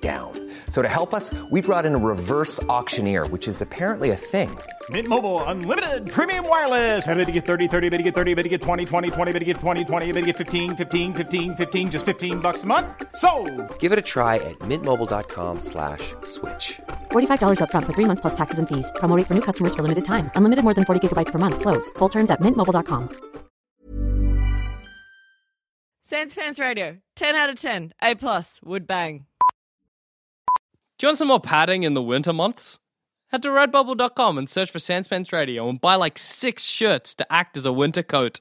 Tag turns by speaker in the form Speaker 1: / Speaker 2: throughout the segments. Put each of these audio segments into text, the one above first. Speaker 1: down. So to help us, we brought in a reverse auctioneer, which is apparently a thing.
Speaker 2: Mint Mobile unlimited premium wireless. Ready to get 30, 30, bit to get 30, bit to get 20, 20, 20, bit to get 20, 20, bit to get 15, 15, 15, 15 just 15 bucks a month. So,
Speaker 1: Give it a try at mintmobile.com slash switch.
Speaker 3: $45 upfront for three months plus taxes and fees. Promo rate for new customers for limited time. Unlimited more than 40 gigabytes per month. Slows. Full terms at mintmobile.com.
Speaker 4: Sans Pants Radio, 10 out of 10, A plus, would bang.
Speaker 5: Do you want some more padding in the winter months? Head to redbubble.com and search for Sanspants Radio and buy like six shirts to act as a winter coat.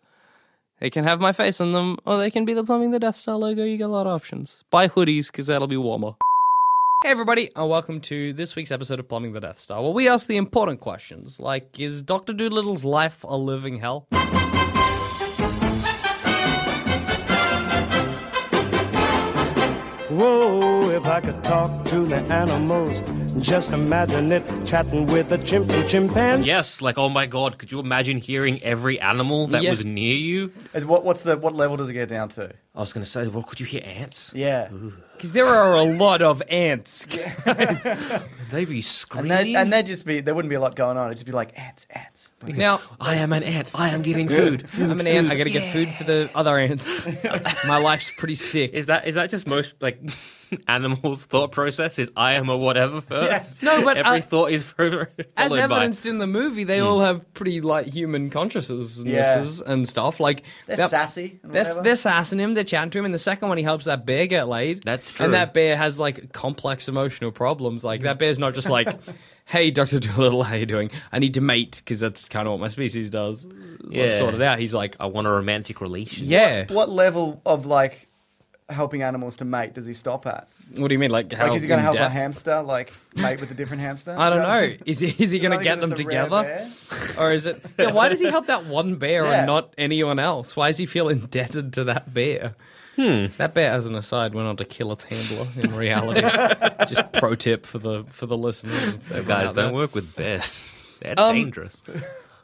Speaker 5: They can have my face on them, or they can be the Plumbing the Death Star logo. You got a lot of options. Buy hoodies, because that'll be warmer. Hey, everybody, and welcome to this week's episode of Plumbing the Death Star, where we ask the important questions like Is Dr. Doolittle's life a living hell?
Speaker 6: Whoa, if I could talk to the animals, just imagine it chatting with a chimp and chimpanzee.
Speaker 7: Yes, like oh my god, could you imagine hearing every animal that
Speaker 5: Yeah.
Speaker 7: was near you?
Speaker 8: Is what what's the what level does it get down to?
Speaker 7: I was gonna say, well, could you hear ants?
Speaker 8: Yeah,
Speaker 5: Because there are a lot of ants.
Speaker 7: They be
Speaker 8: and
Speaker 7: screaming.
Speaker 8: they and they'd just be there wouldn't be a lot going on. It'd just be like ants, ants.
Speaker 5: Now,
Speaker 7: I am an ant. I am getting food.
Speaker 5: I'm an ant. I gotta get food for the other ants. My life's pretty sick.
Speaker 7: Is that is that just most like animals' thought process? Is I am a whatever first?
Speaker 8: Yes.
Speaker 5: No, but uh,
Speaker 7: every
Speaker 5: I-
Speaker 7: thought is followed
Speaker 5: as
Speaker 7: by-
Speaker 5: evidenced in the movie, they
Speaker 8: Hmm.
Speaker 5: all have pretty like human consciousnesses and stuff. Like
Speaker 8: They're
Speaker 5: that-
Speaker 8: sassy and
Speaker 5: They're,
Speaker 8: whatever.
Speaker 5: they're sassing him. They're chatting to him. And the second one, he helps that bear get laid.
Speaker 7: That's true.
Speaker 5: And that bear has like complex emotional problems. Like that bear's not just like, "Hey, Doctor Doolittle, how you doing? I need to mate because that's kind of what my species does. Let's
Speaker 7: Yeah.
Speaker 5: sort it out." He's like, "Oh,
Speaker 7: I want a romantic relation.
Speaker 5: "Yeah, what,
Speaker 8: What level of like helping animals to mate does he stop at?
Speaker 5: do you mean? Like, how
Speaker 8: Like, is he going to help a
Speaker 5: in-depth?
Speaker 8: hamster like mate with a different hamster?
Speaker 5: I don't
Speaker 8: Do you
Speaker 5: know. Is he, is he going
Speaker 8: I think
Speaker 5: to get
Speaker 8: if
Speaker 5: them
Speaker 8: it's a rare
Speaker 5: together?
Speaker 8: bear-
Speaker 5: Or is it. Yeah, why does he help that one bear
Speaker 8: Yeah.
Speaker 5: and not anyone else? Why does he feel indebted to that bear? Hmm. That bear, as an aside, went on to kill its handler in reality. Just pro tip for the for the listeners. and everyone
Speaker 7: guys,
Speaker 5: out there.
Speaker 7: don't work with bears. They're
Speaker 5: Um,
Speaker 7: dangerous.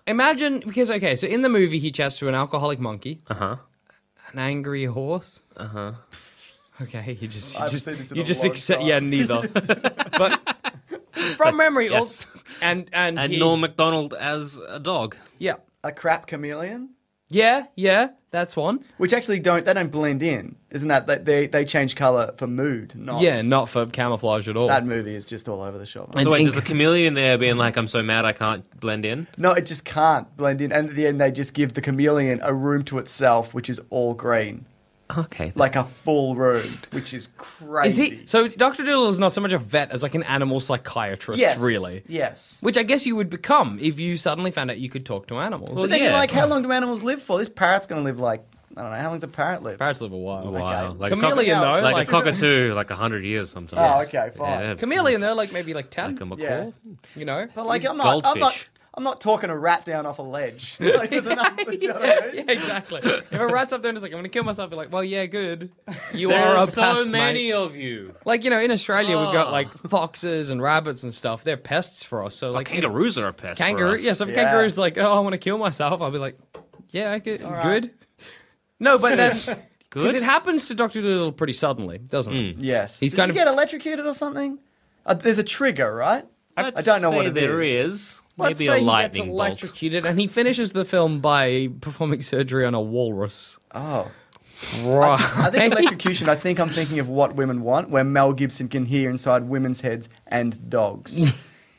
Speaker 5: Imagine because okay, so in the movie he chats to an alcoholic monkey, uh
Speaker 7: Uh-huh.
Speaker 5: huh, an angry horse, uh huh. Okay, you just you
Speaker 8: I've
Speaker 5: just
Speaker 8: seen this in
Speaker 5: you
Speaker 8: a
Speaker 5: just
Speaker 8: long
Speaker 5: accept
Speaker 8: time.
Speaker 5: yeah neither, but from memory
Speaker 7: yes.
Speaker 5: all, and and
Speaker 7: And
Speaker 5: he-
Speaker 7: Norm Macdonald as a dog.
Speaker 5: yeah
Speaker 8: A crap chameleon,
Speaker 5: Yeah, yeah, that's one.
Speaker 8: which actually don't they don't blend in, isn't that that they they change color for mood? Not
Speaker 5: Yeah, not for camouflage at all.
Speaker 8: that movie is just all over the shop.
Speaker 5: And
Speaker 7: So wait,
Speaker 5: inc-
Speaker 7: does the chameleon there being like, I'm so mad I can't blend in?
Speaker 8: No, it just can't blend in. And at the end, they just give the chameleon a room to itself, which is all green,
Speaker 7: Okay.
Speaker 8: like a full room, which is
Speaker 5: is
Speaker 8: crazy.
Speaker 5: he? So Doctor Doodle is not so much a vet as like an animal psychiatrist,
Speaker 8: yes,
Speaker 5: really.
Speaker 8: Yes.
Speaker 5: Which I guess you would become if you suddenly found out you could talk to animals.
Speaker 8: But then you're
Speaker 7: yeah.
Speaker 8: like, how long do animals live for? This parrot's going to live like I don't know. How long's a parrot live?
Speaker 5: parrots live a while.
Speaker 7: Wow.
Speaker 5: Okay.
Speaker 7: Like a
Speaker 5: chameleon
Speaker 7: cock-
Speaker 5: though,
Speaker 7: Like,
Speaker 5: like-
Speaker 7: a cockatoo, like 100 years
Speaker 8: Oh,
Speaker 7: sometimes.
Speaker 8: okay, fine.
Speaker 7: Yeah,
Speaker 5: Chameleon, though, like maybe like ten.
Speaker 7: Like a macaw.
Speaker 8: Yeah.
Speaker 5: you know.
Speaker 8: But like,
Speaker 7: He's
Speaker 8: I'm not, I'm not.
Speaker 7: goldfish.
Speaker 8: I'm not talking a rat down off a ledge. Like, there's enough. do you know what I
Speaker 5: yeah,
Speaker 8: mean?
Speaker 5: yeah, exactly. if a rat's up there and it's like, I'm gonna kill myself, you're like, well, yeah, good. You
Speaker 7: There
Speaker 5: are
Speaker 7: are
Speaker 5: a
Speaker 7: so
Speaker 5: pest,
Speaker 7: many
Speaker 5: mate.
Speaker 7: of you.
Speaker 5: Like you know, in Australia we've
Speaker 8: Ah.
Speaker 5: got like foxes and rabbits and stuff. They're pests for us. So
Speaker 7: Like
Speaker 5: like you know-
Speaker 7: kangaroos are a pest. for
Speaker 5: kangaroo.
Speaker 7: us.
Speaker 5: Yeah, some
Speaker 8: Yeah.
Speaker 5: kangaroos like, oh, I want to kill myself. I'll be like, yeah, I could, good. No, but then because
Speaker 7: Good? Hmm.
Speaker 5: it happens to Doctor Doolittle pretty suddenly, doesn't it?
Speaker 8: Yes.
Speaker 5: He's
Speaker 8: Does
Speaker 5: kind
Speaker 8: he
Speaker 5: of-
Speaker 8: get electrocuted or something? Uh, there's a trigger, right?
Speaker 7: Let's
Speaker 8: I don't know what
Speaker 7: say
Speaker 8: it
Speaker 7: there
Speaker 8: is.
Speaker 7: is.
Speaker 5: Let's
Speaker 7: Maybe
Speaker 5: say
Speaker 7: a lightning
Speaker 5: he gets
Speaker 7: bolt.
Speaker 5: electrocuted, and he finishes the film by performing surgery on a walrus.
Speaker 8: Oh.
Speaker 5: Right.
Speaker 8: I think electrocution. I think I'm thinking of what women want, where Mel Gibson can hear inside women's heads and dogs,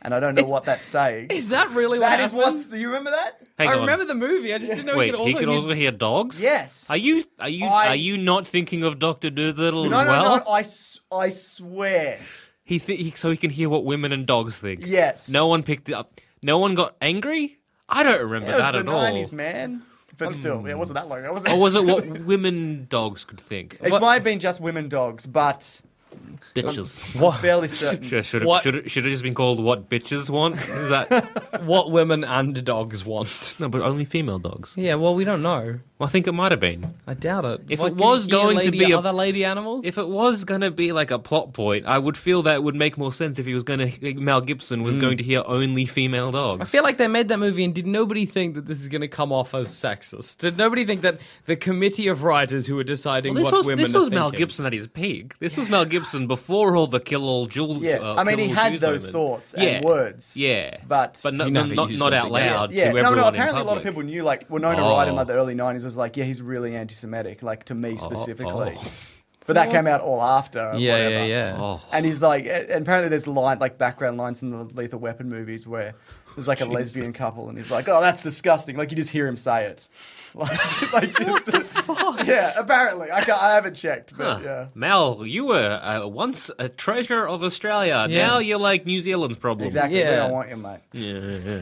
Speaker 8: and I don't know what that's saying.
Speaker 5: Is that really what
Speaker 8: That is
Speaker 5: happened?
Speaker 8: what's. Do you remember that?
Speaker 7: Hang
Speaker 5: I
Speaker 7: on.
Speaker 5: remember the movie. I just didn't know
Speaker 7: Wait,
Speaker 5: he could also.
Speaker 7: he could
Speaker 5: do-
Speaker 7: also hear dogs.
Speaker 8: Yes.
Speaker 7: Are you are you
Speaker 8: I-
Speaker 7: are you not thinking of Doctor Doolittle
Speaker 8: No,
Speaker 7: as
Speaker 8: no,
Speaker 7: well?
Speaker 8: no. I, s- I swear.
Speaker 7: He, th- he so he can hear what women and dogs think.
Speaker 8: Yes.
Speaker 7: No one picked it up. No one got angry. I don't remember
Speaker 8: That was
Speaker 7: that
Speaker 8: the
Speaker 7: at all.
Speaker 8: 90s, man. But still, it wasn't that long. ago, was it?
Speaker 7: Or was it what women dogs could think?
Speaker 8: It might have been just women dogs, but
Speaker 7: Bitches.
Speaker 8: I'm fairly certain.
Speaker 7: Should should
Speaker 5: What-
Speaker 7: it, should, it, should it just been called what bitches want? Is that
Speaker 5: what women and dogs want.
Speaker 7: no? But only female dogs.
Speaker 5: Yeah, well, we don't know.
Speaker 7: I think it might have been.
Speaker 5: I doubt it.
Speaker 7: If
Speaker 5: Why
Speaker 7: it
Speaker 5: couldn't
Speaker 7: was
Speaker 5: he
Speaker 7: going to
Speaker 5: lady
Speaker 7: be a-
Speaker 5: other lady animals,
Speaker 7: If it was going to be like a plot point, I would feel that would make more sense if he was going to Mel Gibson was going to hear only female
Speaker 5: I
Speaker 7: dogs.
Speaker 5: feel like they made that movie, and did nobody think that this is going to come off as sexist? Did nobody think that the committee of writers who were deciding
Speaker 7: Well, this
Speaker 5: what
Speaker 7: was
Speaker 5: women
Speaker 7: this was
Speaker 5: are
Speaker 7: Mel
Speaker 5: thinking-
Speaker 7: Gibson at his peak. This was Mel Gibson before all the kill all jewel.
Speaker 8: Yeah,
Speaker 7: uh,
Speaker 8: I mean,
Speaker 7: kill
Speaker 8: he
Speaker 7: all
Speaker 8: had
Speaker 7: Jews
Speaker 8: those
Speaker 7: moment.
Speaker 8: thoughts
Speaker 7: yeah.
Speaker 8: and words.
Speaker 7: Yeah,
Speaker 8: But-
Speaker 7: but no,
Speaker 5: You
Speaker 7: no,
Speaker 5: never
Speaker 7: not
Speaker 5: use
Speaker 7: not out
Speaker 5: something like
Speaker 7: loud
Speaker 8: Yeah,
Speaker 7: to
Speaker 8: no,
Speaker 7: everyone
Speaker 8: no.
Speaker 7: in
Speaker 8: Apparently, a lot of
Speaker 7: public.
Speaker 8: people knew, like Winona Ryder in
Speaker 7: Oh.
Speaker 8: like the early '90s was like, yeah, he's really anti-Semitic, like to me specifically.
Speaker 7: oh.
Speaker 8: But that came out all after. and
Speaker 5: Yeah, yeah,
Speaker 8: whatever.
Speaker 5: yeah.
Speaker 7: Oh,
Speaker 8: And he's like, and and apparently there's line like background lines in the Lethal Weapon movies where there's like a lesbian couple, and he's like, oh, that's disgusting. Like you just hear him say it. Like, like just yeah. Apparently, I can't, I haven't checked, but yeah.
Speaker 7: Mel, you were uh, once a treasure of Australia.
Speaker 5: Yeah.
Speaker 7: Now you're like New Zealand's problem.
Speaker 8: Exactly.
Speaker 5: Yeah.
Speaker 8: We don't want you, mate.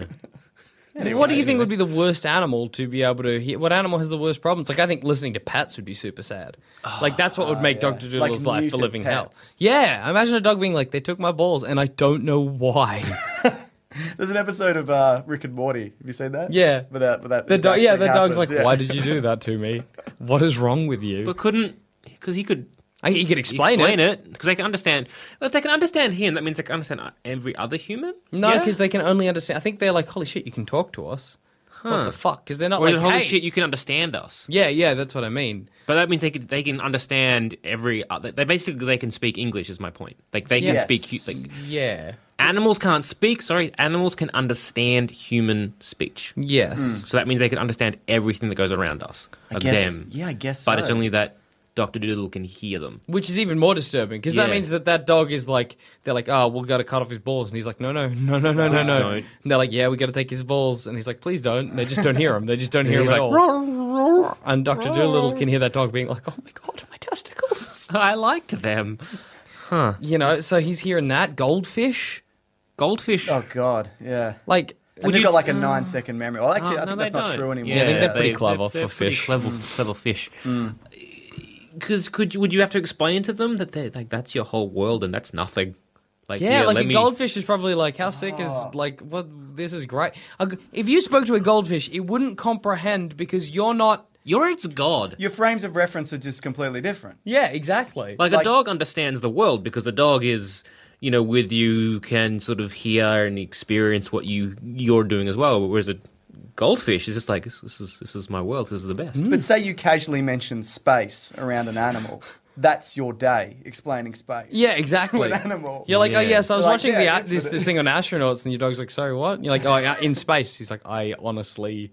Speaker 5: what do you think would be the worst animal to be able to hear? What animal has the worst problems? Like, I think listening to pets would be super sad.
Speaker 7: Ah,
Speaker 5: Like, that's what would make Dr. Doodle's
Speaker 8: Like
Speaker 5: life a
Speaker 8: muted
Speaker 5: living
Speaker 8: pets.
Speaker 5: hell. Yeah, imagine a dog being like, they took my balls and I don't know why.
Speaker 8: There's an episode of uh, Rick and Morty. Have you seen that?
Speaker 5: Yeah.
Speaker 8: But that, but that
Speaker 5: the dog,
Speaker 8: exact
Speaker 5: yeah,
Speaker 8: thing
Speaker 5: the
Speaker 8: happens,
Speaker 5: dog's like,
Speaker 8: yeah.
Speaker 5: why did you do that to me? What is wrong with you?
Speaker 7: But couldn't because he could
Speaker 5: I, you could explain, it.
Speaker 7: because they can understand. If they can understand him, that means they can understand every other human.
Speaker 5: No,
Speaker 7: Yeah?
Speaker 5: because they can only understand. I think they're like, holy shit, you can talk to us. What the fuck? Because they're not
Speaker 7: Or
Speaker 5: like,
Speaker 7: is it, holy
Speaker 5: "Hey."
Speaker 7: shit, you can understand us.
Speaker 5: Yeah, yeah, that's what I mean.
Speaker 7: But that means they can, they can understand every. Other, they basically they can speak English. Is my point. Like they can
Speaker 8: Yes.
Speaker 7: speak. hu- Like,
Speaker 5: Yeah.
Speaker 7: animals can't speak. Sorry, animals can understand human speech.
Speaker 5: Yes.
Speaker 7: So that means they can understand everything that goes around us
Speaker 8: I
Speaker 7: of
Speaker 8: guess-
Speaker 7: them.
Speaker 8: Yeah, I guess.
Speaker 7: But
Speaker 8: so.
Speaker 7: it's only that Doctor Doodle can hear them.
Speaker 5: Which is even more disturbing because that
Speaker 7: Yeah.
Speaker 5: means that that dog is like, they're like, oh, we've got to cut off his balls. And he's like, no, no, no, no, no, no,
Speaker 7: Please
Speaker 5: no.
Speaker 7: don't.
Speaker 5: And they're like, yeah, we got to take his balls. And he's like, please don't. And they just don't hear him. They just don't hear
Speaker 7: He's
Speaker 5: him at
Speaker 7: like,
Speaker 5: all. and Dr. Doolittle can hear that dog being like, oh my God, my testicles.
Speaker 7: I liked them.
Speaker 5: you know, so he's hearing that. Goldfish?
Speaker 7: Goldfish.
Speaker 8: Oh God, yeah.
Speaker 5: Like,
Speaker 8: And
Speaker 7: Would
Speaker 8: they've
Speaker 7: you-
Speaker 8: got like a nine second memory. Well, actually,
Speaker 7: Oh,
Speaker 8: I think
Speaker 7: no,
Speaker 8: that's
Speaker 7: they
Speaker 8: not
Speaker 7: don't.
Speaker 8: true anymore. Hmm.
Speaker 5: Yeah, I think they're pretty
Speaker 7: they-
Speaker 5: clever
Speaker 7: they're
Speaker 5: for
Speaker 7: pretty
Speaker 5: fish.
Speaker 7: Clever, clever fish. Because could would you have to explain to them that they like that's your whole world and that's nothing? Like
Speaker 5: Yeah,
Speaker 7: here,
Speaker 5: like
Speaker 7: let
Speaker 5: a
Speaker 7: me-
Speaker 5: goldfish is probably like, how sick is
Speaker 8: Oh.
Speaker 5: like what? This is great. A g- If you spoke to a goldfish, it wouldn't comprehend because you're not.
Speaker 7: You're its god.
Speaker 8: Your frames of reference are just completely different.
Speaker 5: Yeah, exactly.
Speaker 7: like, a
Speaker 8: like-
Speaker 7: dog understands the world because the dog is you know with you can sort of hear and experience what you you're doing as well. Whereas a goldfish is just like this, this is this is my world. This is the best.
Speaker 8: But say you casually mention space around an animal. That's your day explaining space.
Speaker 5: yeah, exactly.
Speaker 8: an animal.
Speaker 5: You're like, oh
Speaker 7: Yeah.
Speaker 5: yes, I was
Speaker 8: Like,
Speaker 5: watching
Speaker 8: yeah,
Speaker 5: the
Speaker 8: good
Speaker 5: this
Speaker 8: for
Speaker 5: this
Speaker 8: the-
Speaker 5: thing on astronauts, and your dog's like, sorry, what? And you're like, oh, yeah, in space. He's like, I honestly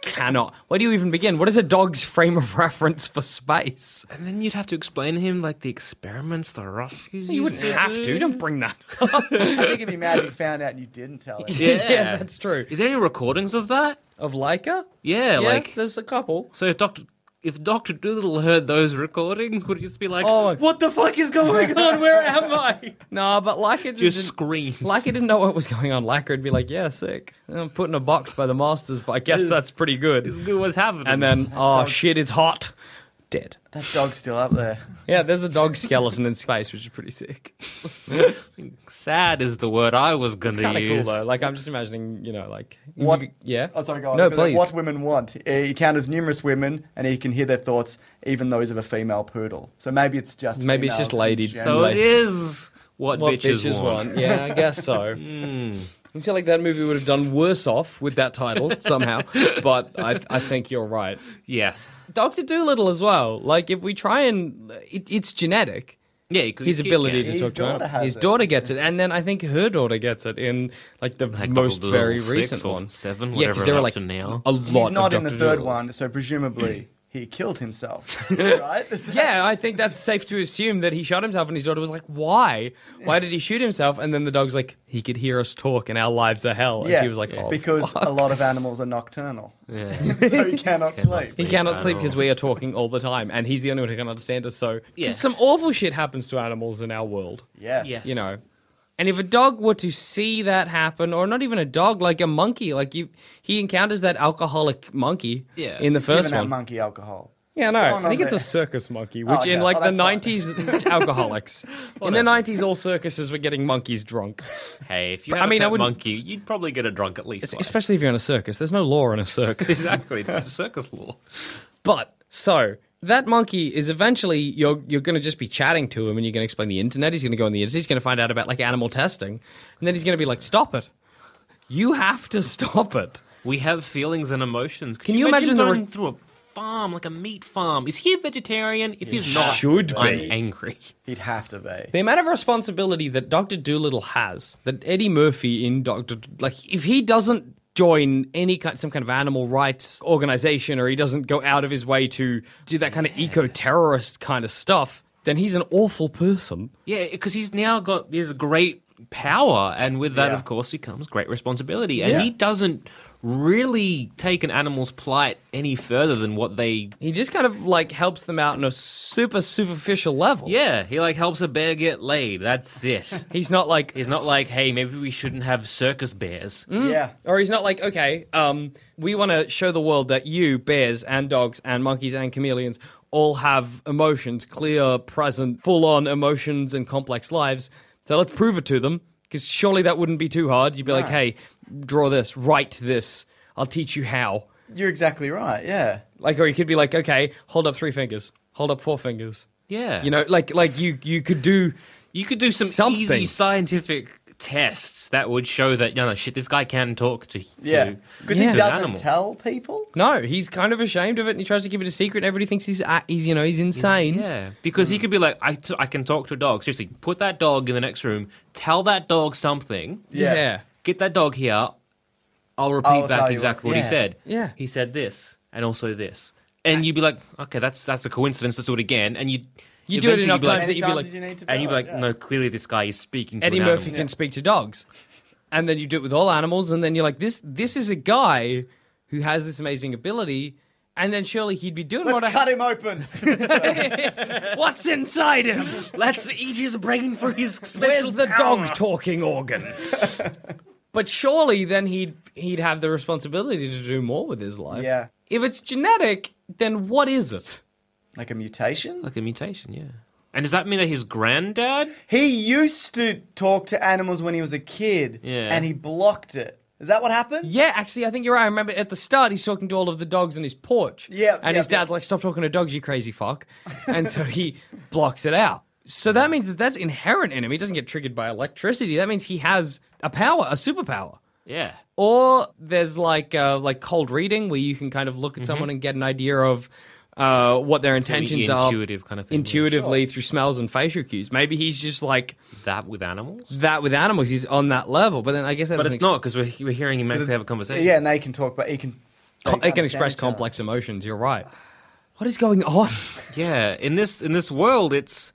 Speaker 5: cannot. Where do you even begin? What is a dog's frame of reference for space?
Speaker 7: And then you'd have to explain to him like the experiments the rescues.
Speaker 5: You wouldn't have to. Don't bring that. up.
Speaker 8: I think he'd be mad if he found out and you didn't tell him.
Speaker 7: Yeah.
Speaker 5: that's true.
Speaker 7: Is there any recordings of that?
Speaker 5: Of Leica, yeah,
Speaker 7: Yeah, like
Speaker 5: there's a couple.
Speaker 7: so if Doctor if Doctor Doolittle heard those recordings, would he just be like,
Speaker 5: Oh, my-
Speaker 7: "What the fuck is going on? Where am I?"
Speaker 5: No, but Leica
Speaker 7: Just
Speaker 5: didn't-
Speaker 7: screams.
Speaker 5: Like he didn't know what was going on. Like would be like, "Yeah, sick. I'm put in a box by the masters, but I guess that's pretty
Speaker 7: This
Speaker 5: good."
Speaker 7: is what's happening.
Speaker 5: And then, oh shit, it's hot. Dead.
Speaker 8: That dog's still up there.
Speaker 5: Yeah, there's a dog skeleton in space, which is pretty sick.
Speaker 7: sad is the word I was gonna
Speaker 5: Kind of cool
Speaker 7: use.
Speaker 5: though. Like I'm just imagining, you know, like if you
Speaker 8: What?
Speaker 5: could- yeah.
Speaker 8: Oh, sorry, go on.
Speaker 5: No,
Speaker 8: Because
Speaker 5: please.
Speaker 8: What women want. Uh, He encounters numerous women and he can hear their thoughts, even those of a female poodle. So maybe it's just.
Speaker 5: Maybe it's just
Speaker 8: females in
Speaker 5: ladies.
Speaker 8: general.
Speaker 7: so
Speaker 5: like-
Speaker 7: it is what,
Speaker 5: what
Speaker 7: bitches, want. Hmm.
Speaker 5: Yeah, I guess so. I feel like that movie would have done worse off with that title somehow, but I, I think you're right.
Speaker 7: Yes.
Speaker 5: Doctor Doolittle as well. Like if we try and it, it's genetic.
Speaker 7: Yeah, 'cause
Speaker 5: his
Speaker 7: you
Speaker 5: ability
Speaker 7: can.
Speaker 5: to
Speaker 8: His
Speaker 5: talk to
Speaker 8: daughter
Speaker 5: him.
Speaker 8: has
Speaker 5: His
Speaker 8: it.
Speaker 5: daughter gets it, and then I think her daughter gets it in like the
Speaker 7: Like
Speaker 5: most
Speaker 7: Doctor Doolittle
Speaker 5: very
Speaker 7: six
Speaker 5: recent
Speaker 7: or
Speaker 5: one,
Speaker 7: seven,
Speaker 5: Yeah,
Speaker 7: whatever
Speaker 5: because there were
Speaker 7: up
Speaker 5: like
Speaker 7: to now.
Speaker 5: a lot.
Speaker 8: He's
Speaker 5: of
Speaker 8: not in the
Speaker 5: Doctor
Speaker 8: third
Speaker 5: Doolittle.
Speaker 8: one, so presumably he killed himself. right? Is that-
Speaker 5: Yeah, I think that's safe to assume that he shot himself, and his daughter was like, "Why? Why did he shoot himself?" And then the dog's like, "He could hear us talk, and our lives are hell." And
Speaker 8: Yeah,
Speaker 5: he was like, "Oh,
Speaker 8: because a lot of animals are nocturnal,
Speaker 7: Yeah.
Speaker 8: so he cannot sleep.
Speaker 5: He cannot sleep because we are talking all the time, and he's the only one who can understand us. So, 'cause
Speaker 7: Yeah.
Speaker 5: some awful shit happens to animals in our world.
Speaker 8: Yes.
Speaker 7: Yes.
Speaker 5: you know. And if a dog were to see that happen, or not even a dog, like a monkey, like you, he encounters that alcoholic monkey
Speaker 7: Yeah.
Speaker 5: in the first
Speaker 8: Given that
Speaker 5: one.
Speaker 8: monkey alcohol.
Speaker 5: yeah, no,
Speaker 8: What's going
Speaker 5: I
Speaker 8: on
Speaker 5: think it's a
Speaker 8: there?
Speaker 5: circus monkey, which
Speaker 8: okay.
Speaker 5: in like
Speaker 8: Oh,
Speaker 5: the
Speaker 8: that's fine.
Speaker 5: nineties, alcoholics. in the nineties, all circuses were getting monkeys drunk,
Speaker 7: Hey, if you
Speaker 5: But,
Speaker 7: have
Speaker 5: I mean,
Speaker 7: a
Speaker 5: I
Speaker 7: pet
Speaker 5: wouldn't-
Speaker 7: monkey, you'd probably get a drunk at least.
Speaker 5: It's-
Speaker 7: twice.
Speaker 5: especially if you're in a circus. There's no law in a circus.
Speaker 7: exactly, it's circus law.
Speaker 5: But so that monkey is eventually you're you're going to just be chatting to him and you're going to explain the internet. He's going to go on the internet. He's going to find out about like animal testing, and then he's going to be like, "Stop it! You have to stop it."
Speaker 7: We have feelings and emotions. Can,
Speaker 5: Can you imagine the re-
Speaker 7: going through a farm, like a meat farm? Is he a vegetarian? If he's not,
Speaker 5: should
Speaker 7: I'm
Speaker 5: be.
Speaker 7: angry.
Speaker 8: He'd have to be.
Speaker 5: The amount of responsibility that Doctor Doolittle has, that Eddie Murphy in Doctor, like if he doesn't join any kind, some kind of animal rights organization, or he doesn't go out of his way to do that kind of eco terrorist kind of stuff, then he's an awful person.
Speaker 7: Yeah, because he's now got this great power, and with that,
Speaker 8: Yeah.
Speaker 7: of course, becomes great responsibility. And he doesn't really take an animal's plight any further than what they.
Speaker 5: He just kind of like helps them out on a super superficial level.
Speaker 7: Yeah, he like helps a bear get laid. That's it.
Speaker 5: he's not like
Speaker 7: he's not like, hey, maybe we shouldn't have circus bears.
Speaker 5: Mm. Hmm.
Speaker 8: Yeah.
Speaker 5: Or he's not like, okay, um, we want to show the world that you, bears and dogs and monkeys and chameleons, all have emotions, clear, present, full on emotions and complex lives. So let's prove it to them, because surely that wouldn't be too hard. You'd be like, hey, draw this, write this, I'll teach you how.
Speaker 8: You're exactly right. Yeah.
Speaker 5: Like, or you could be like, okay, hold up three fingers, hold up four fingers.
Speaker 7: Yeah,
Speaker 5: You know, like, like you, you could do.
Speaker 7: You could do some
Speaker 5: Something.
Speaker 7: easy scientific tests that would show that no, no, shit, this guy can talk to
Speaker 8: Yeah.
Speaker 7: to-
Speaker 8: Because
Speaker 7: to
Speaker 8: he
Speaker 7: an
Speaker 8: doesn't
Speaker 7: animal.
Speaker 8: tell people.
Speaker 5: No, he's kind of ashamed of it, and he tries to keep it a secret. And everybody thinks he's, uh, he's, you know, he's insane.
Speaker 7: Yeah, because he could be like, I, t- I can talk to a dog. Seriously, put that dog in the next room. Tell that dog something.
Speaker 8: Yeah.
Speaker 5: yeah.
Speaker 7: Get that dog here. I'll repeat
Speaker 8: I'll tell
Speaker 7: back
Speaker 8: you
Speaker 7: exactly
Speaker 8: what-
Speaker 7: what
Speaker 8: yeah.
Speaker 7: he said.
Speaker 5: Yeah.
Speaker 7: he said this and also this, and you'd be like, okay, that's that's a coincidence. Let's do it again. And you
Speaker 5: You do it enough
Speaker 7: like,
Speaker 5: times
Speaker 8: Many
Speaker 5: that you'd be
Speaker 8: times
Speaker 5: like-
Speaker 8: as you need to
Speaker 7: and you'd
Speaker 8: tell
Speaker 7: be like,
Speaker 8: it, yeah.
Speaker 7: no, clearly this guy is speaking to
Speaker 5: Eddie
Speaker 7: an
Speaker 5: Murphy
Speaker 7: animal.
Speaker 5: can speak to dogs. And then you do it with all animals, and then you're like, this this is a guy who has this amazing ability, and then surely he'd be doing what
Speaker 8: Let's
Speaker 5: I
Speaker 8: cut him open.
Speaker 5: What's inside him?
Speaker 7: Let's eat his brain for his
Speaker 5: Where's
Speaker 7: special
Speaker 5: the
Speaker 7: power.
Speaker 5: dog talking organ? but surely then he'd he'd have the responsibility to do more with his life.
Speaker 8: Yeah.
Speaker 5: If it's genetic, then what is it?
Speaker 8: like a mutation?
Speaker 7: Like a mutation, yeah. And does that mean that his granddad?
Speaker 8: He used to talk to animals when he was a kid.
Speaker 7: Yeah.
Speaker 8: And he blocked it. Is that what happened?
Speaker 5: Yeah, actually, I think you're right. I remember at the start, he's talking to all of the dogs on his porch.
Speaker 8: Yeah,
Speaker 5: And
Speaker 8: yeah,
Speaker 5: his dad's
Speaker 8: yeah.
Speaker 5: like, stop talking to dogs, you crazy fuck. And so he blocks it out. So that means that that's inherent in him. He doesn't get triggered by electricity. That means he has a power, a superpower.
Speaker 7: Yeah.
Speaker 5: Or there's like uh, like cold reading where you can kind of
Speaker 7: Mm-hmm.
Speaker 5: look at someone and get an idea of uh, what their intentions are
Speaker 7: intuitive kind of thing, yeah.
Speaker 5: intuitively through smells and facial cues. Maybe he's just like
Speaker 7: That with animals?
Speaker 5: that with animals. He's on that level. But then I guess that
Speaker 7: But
Speaker 5: doesn't
Speaker 7: it's not because we're, we're hearing him actually have a conversation.
Speaker 8: Yeah, and they can talk, but he can. they
Speaker 5: co- it can
Speaker 8: understand
Speaker 5: express
Speaker 8: each other.
Speaker 5: complex emotions. You're right. What is going on?
Speaker 7: Yeah. In this in this world, it's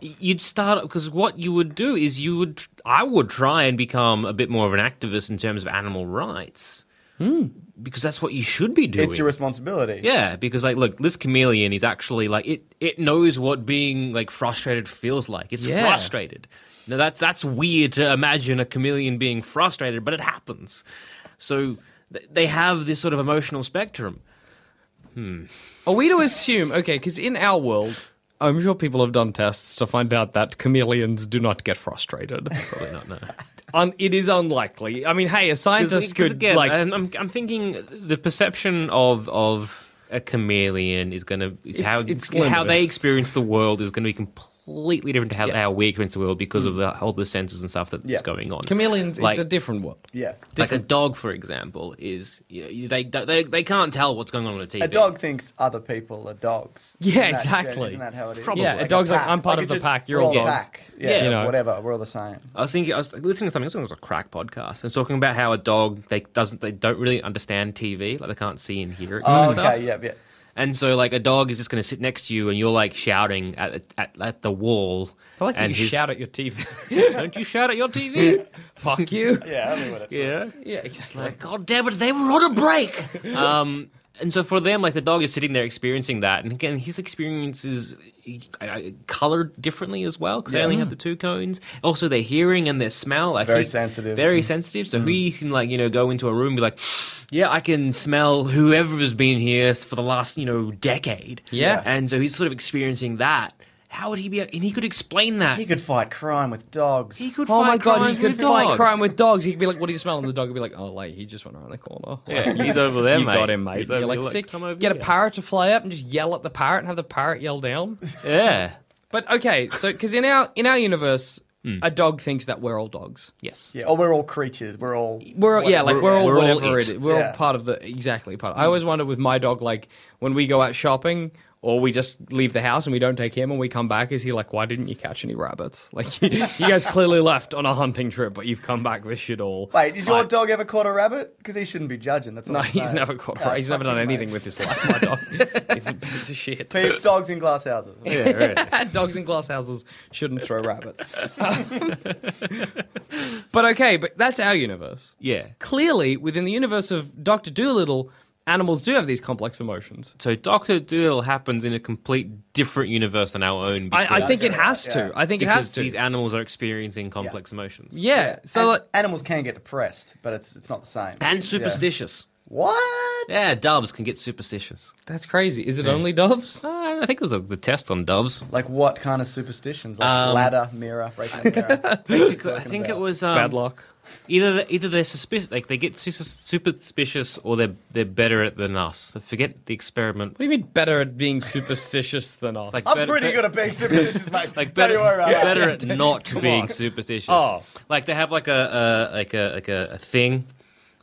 Speaker 7: you'd start because what you would do is you would I would try and become a bit more of an activist in terms of animal rights because that's what you should be doing.
Speaker 8: It's your responsibility.
Speaker 7: Yeah, because like, look, this chameleon is actually like it. It knows what being like frustrated feels like. It's
Speaker 5: Yeah.
Speaker 7: frustrated. Now that's that's weird to imagine a chameleon being frustrated, but it happens. So th- they have this sort of emotional spectrum.
Speaker 5: Are we to assume? Okay, because in our world, I'm sure people have done tests to find out that chameleons do not get frustrated.
Speaker 7: Probably not. No,
Speaker 5: Un- it is unlikely. I mean, hey, a scientist could
Speaker 7: again,
Speaker 5: like.
Speaker 7: I'm, I'm I'm thinking the perception of of a chameleon is going to how
Speaker 5: it's
Speaker 7: how
Speaker 5: limited.
Speaker 7: they experience the world is going to be completely different to how, how we experience the world because of the, all the senses and stuff that's
Speaker 8: Yeah.
Speaker 7: going on.
Speaker 5: Mm. Chameleons,
Speaker 7: like-
Speaker 5: it's a different world.
Speaker 8: Yeah.
Speaker 7: Like a dog, for example, is you know, they, they they can't tell what's going on on a TV.
Speaker 8: A dog thinks other people are dogs.
Speaker 5: Yeah,
Speaker 8: Isn't that-
Speaker 5: exactly.
Speaker 8: isn't that how it is?
Speaker 5: Probably. Yeah, a dog's like, I'm part of
Speaker 8: it's
Speaker 5: the
Speaker 8: just,
Speaker 5: pack, you're
Speaker 8: we're
Speaker 5: all
Speaker 8: all
Speaker 5: dogs.
Speaker 8: Pack. Yeah,
Speaker 7: Yeah.
Speaker 8: yeah,
Speaker 5: You know.
Speaker 8: whatever. We're all the same.
Speaker 7: I was thinking, I was listening to something. I was thinking it was a crack podcast. It's talking about how a dog they doesn't they don't really understand TV, like they can't see and hear it.
Speaker 8: Oh,
Speaker 7: and
Speaker 8: okay.
Speaker 7: stuff.
Speaker 8: Yeah, yeah.
Speaker 7: And so, like a dog is just going to sit next to you, and you're like shouting at at, at the wall.
Speaker 5: I like that
Speaker 7: and
Speaker 5: you
Speaker 7: his-
Speaker 5: shout at your TV.
Speaker 7: Don't you shout at your TV?
Speaker 5: Fuck you.
Speaker 8: Yeah, that'd be what it's
Speaker 7: yeah.
Speaker 5: Yeah, exactly.
Speaker 7: Like, God damn it, they were on a break. um, and so for them, like the dog is sitting there experiencing that, and again, his experience is uh, colored differently as well because they only have the two cones. Also, their hearing and their smell, like
Speaker 8: Very
Speaker 7: he's
Speaker 8: sensitive.
Speaker 7: very sensitive. So he
Speaker 5: Mm-hmm.
Speaker 7: can like you know go into a room and be like, yeah, I can smell whoever has been here for the last you know decade.
Speaker 5: Yeah.
Speaker 7: and so he's sort of experiencing that. How would he be? And he could explain that.
Speaker 8: He could fight crime with dogs.
Speaker 7: He could
Speaker 5: Oh
Speaker 7: fight
Speaker 5: my god,
Speaker 7: crime
Speaker 5: he could
Speaker 7: with
Speaker 5: fight
Speaker 7: dogs.
Speaker 5: crime with dogs. He could be like, "What do you smell?" And the dog would be like, "Oh, like he just went around the corner."
Speaker 7: Yeah, he's over there,
Speaker 5: you
Speaker 7: mate.
Speaker 5: got him, mate.
Speaker 7: He's
Speaker 5: You're
Speaker 7: over
Speaker 5: like,
Speaker 7: here,
Speaker 5: sick.
Speaker 7: come over
Speaker 5: Get a
Speaker 7: here."
Speaker 5: parrot to fly up and just yell at the parrot and have the parrot yell down.
Speaker 7: Yeah.
Speaker 5: but okay, so because in our in our universe, a dog thinks that we're all dogs.
Speaker 7: Yes.
Speaker 8: yeah, or we're all creatures. We're all.
Speaker 5: We're yeah, like we're all
Speaker 7: we're all
Speaker 5: whatever
Speaker 7: it.
Speaker 5: it is. We're
Speaker 8: Yeah.
Speaker 5: all part of the exactly part. I always wonder with my dog, like when we go out shopping or we just leave the house and we don't take him and we come back, is he like, why didn't you catch any rabbits? Like you guys clearly left on a hunting trip, but you've come back with shit all.
Speaker 8: Wait, is your
Speaker 5: Like,
Speaker 8: dog ever caught a rabbit? Because he shouldn't be judging. That's all
Speaker 5: No,
Speaker 8: I'm
Speaker 5: he's
Speaker 8: saying.
Speaker 5: never caught.
Speaker 8: Yeah,
Speaker 5: a he's never done
Speaker 8: fucking
Speaker 5: anything
Speaker 8: mate.
Speaker 5: with his life. My dog. he's a piece of shit.
Speaker 8: See, it's dogs in glass houses.
Speaker 7: Yeah, right.
Speaker 5: Dogs in glass houses shouldn't throw rabbits. but okay, but that's our universe.
Speaker 7: yeah.
Speaker 5: Clearly, within the universe of Doctor Doolittle, animals do have these complex emotions.
Speaker 7: So Doctor Doolittle happens in a complete different universe than our own. Because,
Speaker 5: I, I think it has to. I think it
Speaker 7: because
Speaker 5: has to.
Speaker 7: These animals are experiencing complex emotions.
Speaker 5: yeah. So,
Speaker 8: And
Speaker 5: like,
Speaker 8: animals can get depressed, but it's it's not the same.
Speaker 7: And superstitious.
Speaker 8: What?
Speaker 7: Yeah, doves can get superstitious.
Speaker 5: that's crazy. Is it only doves?
Speaker 7: Uh, I think it was the test on doves.
Speaker 8: Like what kind of superstitions? Like
Speaker 7: Um,
Speaker 8: ladder, mirror, breaking a mirror.
Speaker 7: Basically, I think it was um,
Speaker 5: Bad luck.
Speaker 7: Either either they're suspicious, like they get su- superstitious, or they're they're better at than us. I forget the experiment.
Speaker 5: What do you mean better at being superstitious than us?
Speaker 7: Like-
Speaker 8: I'm
Speaker 7: Better-
Speaker 8: pretty
Speaker 7: bet-
Speaker 8: good at being superstitious, mate.
Speaker 7: like
Speaker 8: Don't
Speaker 7: better,
Speaker 8: you worry about it.
Speaker 7: better at not being superstitious.
Speaker 5: Oh.
Speaker 7: like they have like a, a like a like a, a thing.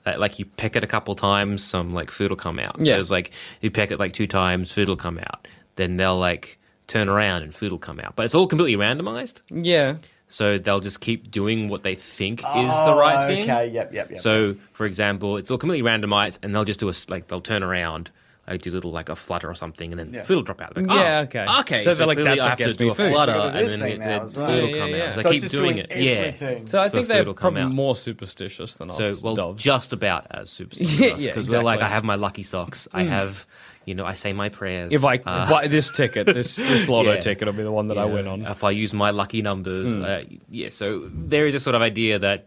Speaker 7: That, like you peck it a couple times, some like food will come out.
Speaker 5: Yeah.
Speaker 7: So it's like you peck it like two times, food will come out. Then they'll like turn around and food will come out. But it's all completely randomized,
Speaker 5: yeah.
Speaker 7: so they'll just keep doing what they think is the right
Speaker 8: Oh, okay,
Speaker 7: thing.
Speaker 8: yep, yep, yep.
Speaker 7: So, for example, it's all completely randomized, and they'll just do a s- like they'll turn around, like do little like a flutter or something, and then food will drop out. They're Like,
Speaker 5: Yeah,
Speaker 7: "Oh,
Speaker 5: okay.
Speaker 7: okay.
Speaker 5: So they're like,
Speaker 7: clearly
Speaker 5: that's
Speaker 7: I
Speaker 5: what
Speaker 7: have to
Speaker 5: gets
Speaker 7: do
Speaker 5: me
Speaker 7: a
Speaker 5: food.
Speaker 7: flutter,
Speaker 8: That's what it
Speaker 7: and
Speaker 8: is
Speaker 7: then
Speaker 8: thing
Speaker 7: the-
Speaker 8: now
Speaker 7: the
Speaker 8: as
Speaker 7: food
Speaker 8: well.
Speaker 7: will
Speaker 5: Yeah,
Speaker 7: come
Speaker 5: yeah,
Speaker 7: out.
Speaker 5: yeah.
Speaker 7: So,
Speaker 8: so it's
Speaker 7: I keep
Speaker 8: just
Speaker 7: doing, it. Yeah.
Speaker 8: everything.
Speaker 5: So I think
Speaker 7: the
Speaker 5: they're
Speaker 7: food will come
Speaker 5: probably
Speaker 7: out.
Speaker 5: more superstitious than us.
Speaker 7: So, well,
Speaker 5: doves.
Speaker 7: just about as superstitious
Speaker 5: Yeah,
Speaker 7: because
Speaker 5: yeah,
Speaker 7: we're like,
Speaker 5: exactly. Mm.
Speaker 7: I have my lucky socks. I have, you know, I say my prayers.
Speaker 5: If I
Speaker 7: uh,
Speaker 5: buy this ticket, this this lotto
Speaker 7: Yeah.
Speaker 5: ticket will be the one that I
Speaker 7: you
Speaker 5: win
Speaker 7: know,
Speaker 5: on. Hmm.
Speaker 7: If I use my lucky numbers, uh, yeah. So there is a sort of idea that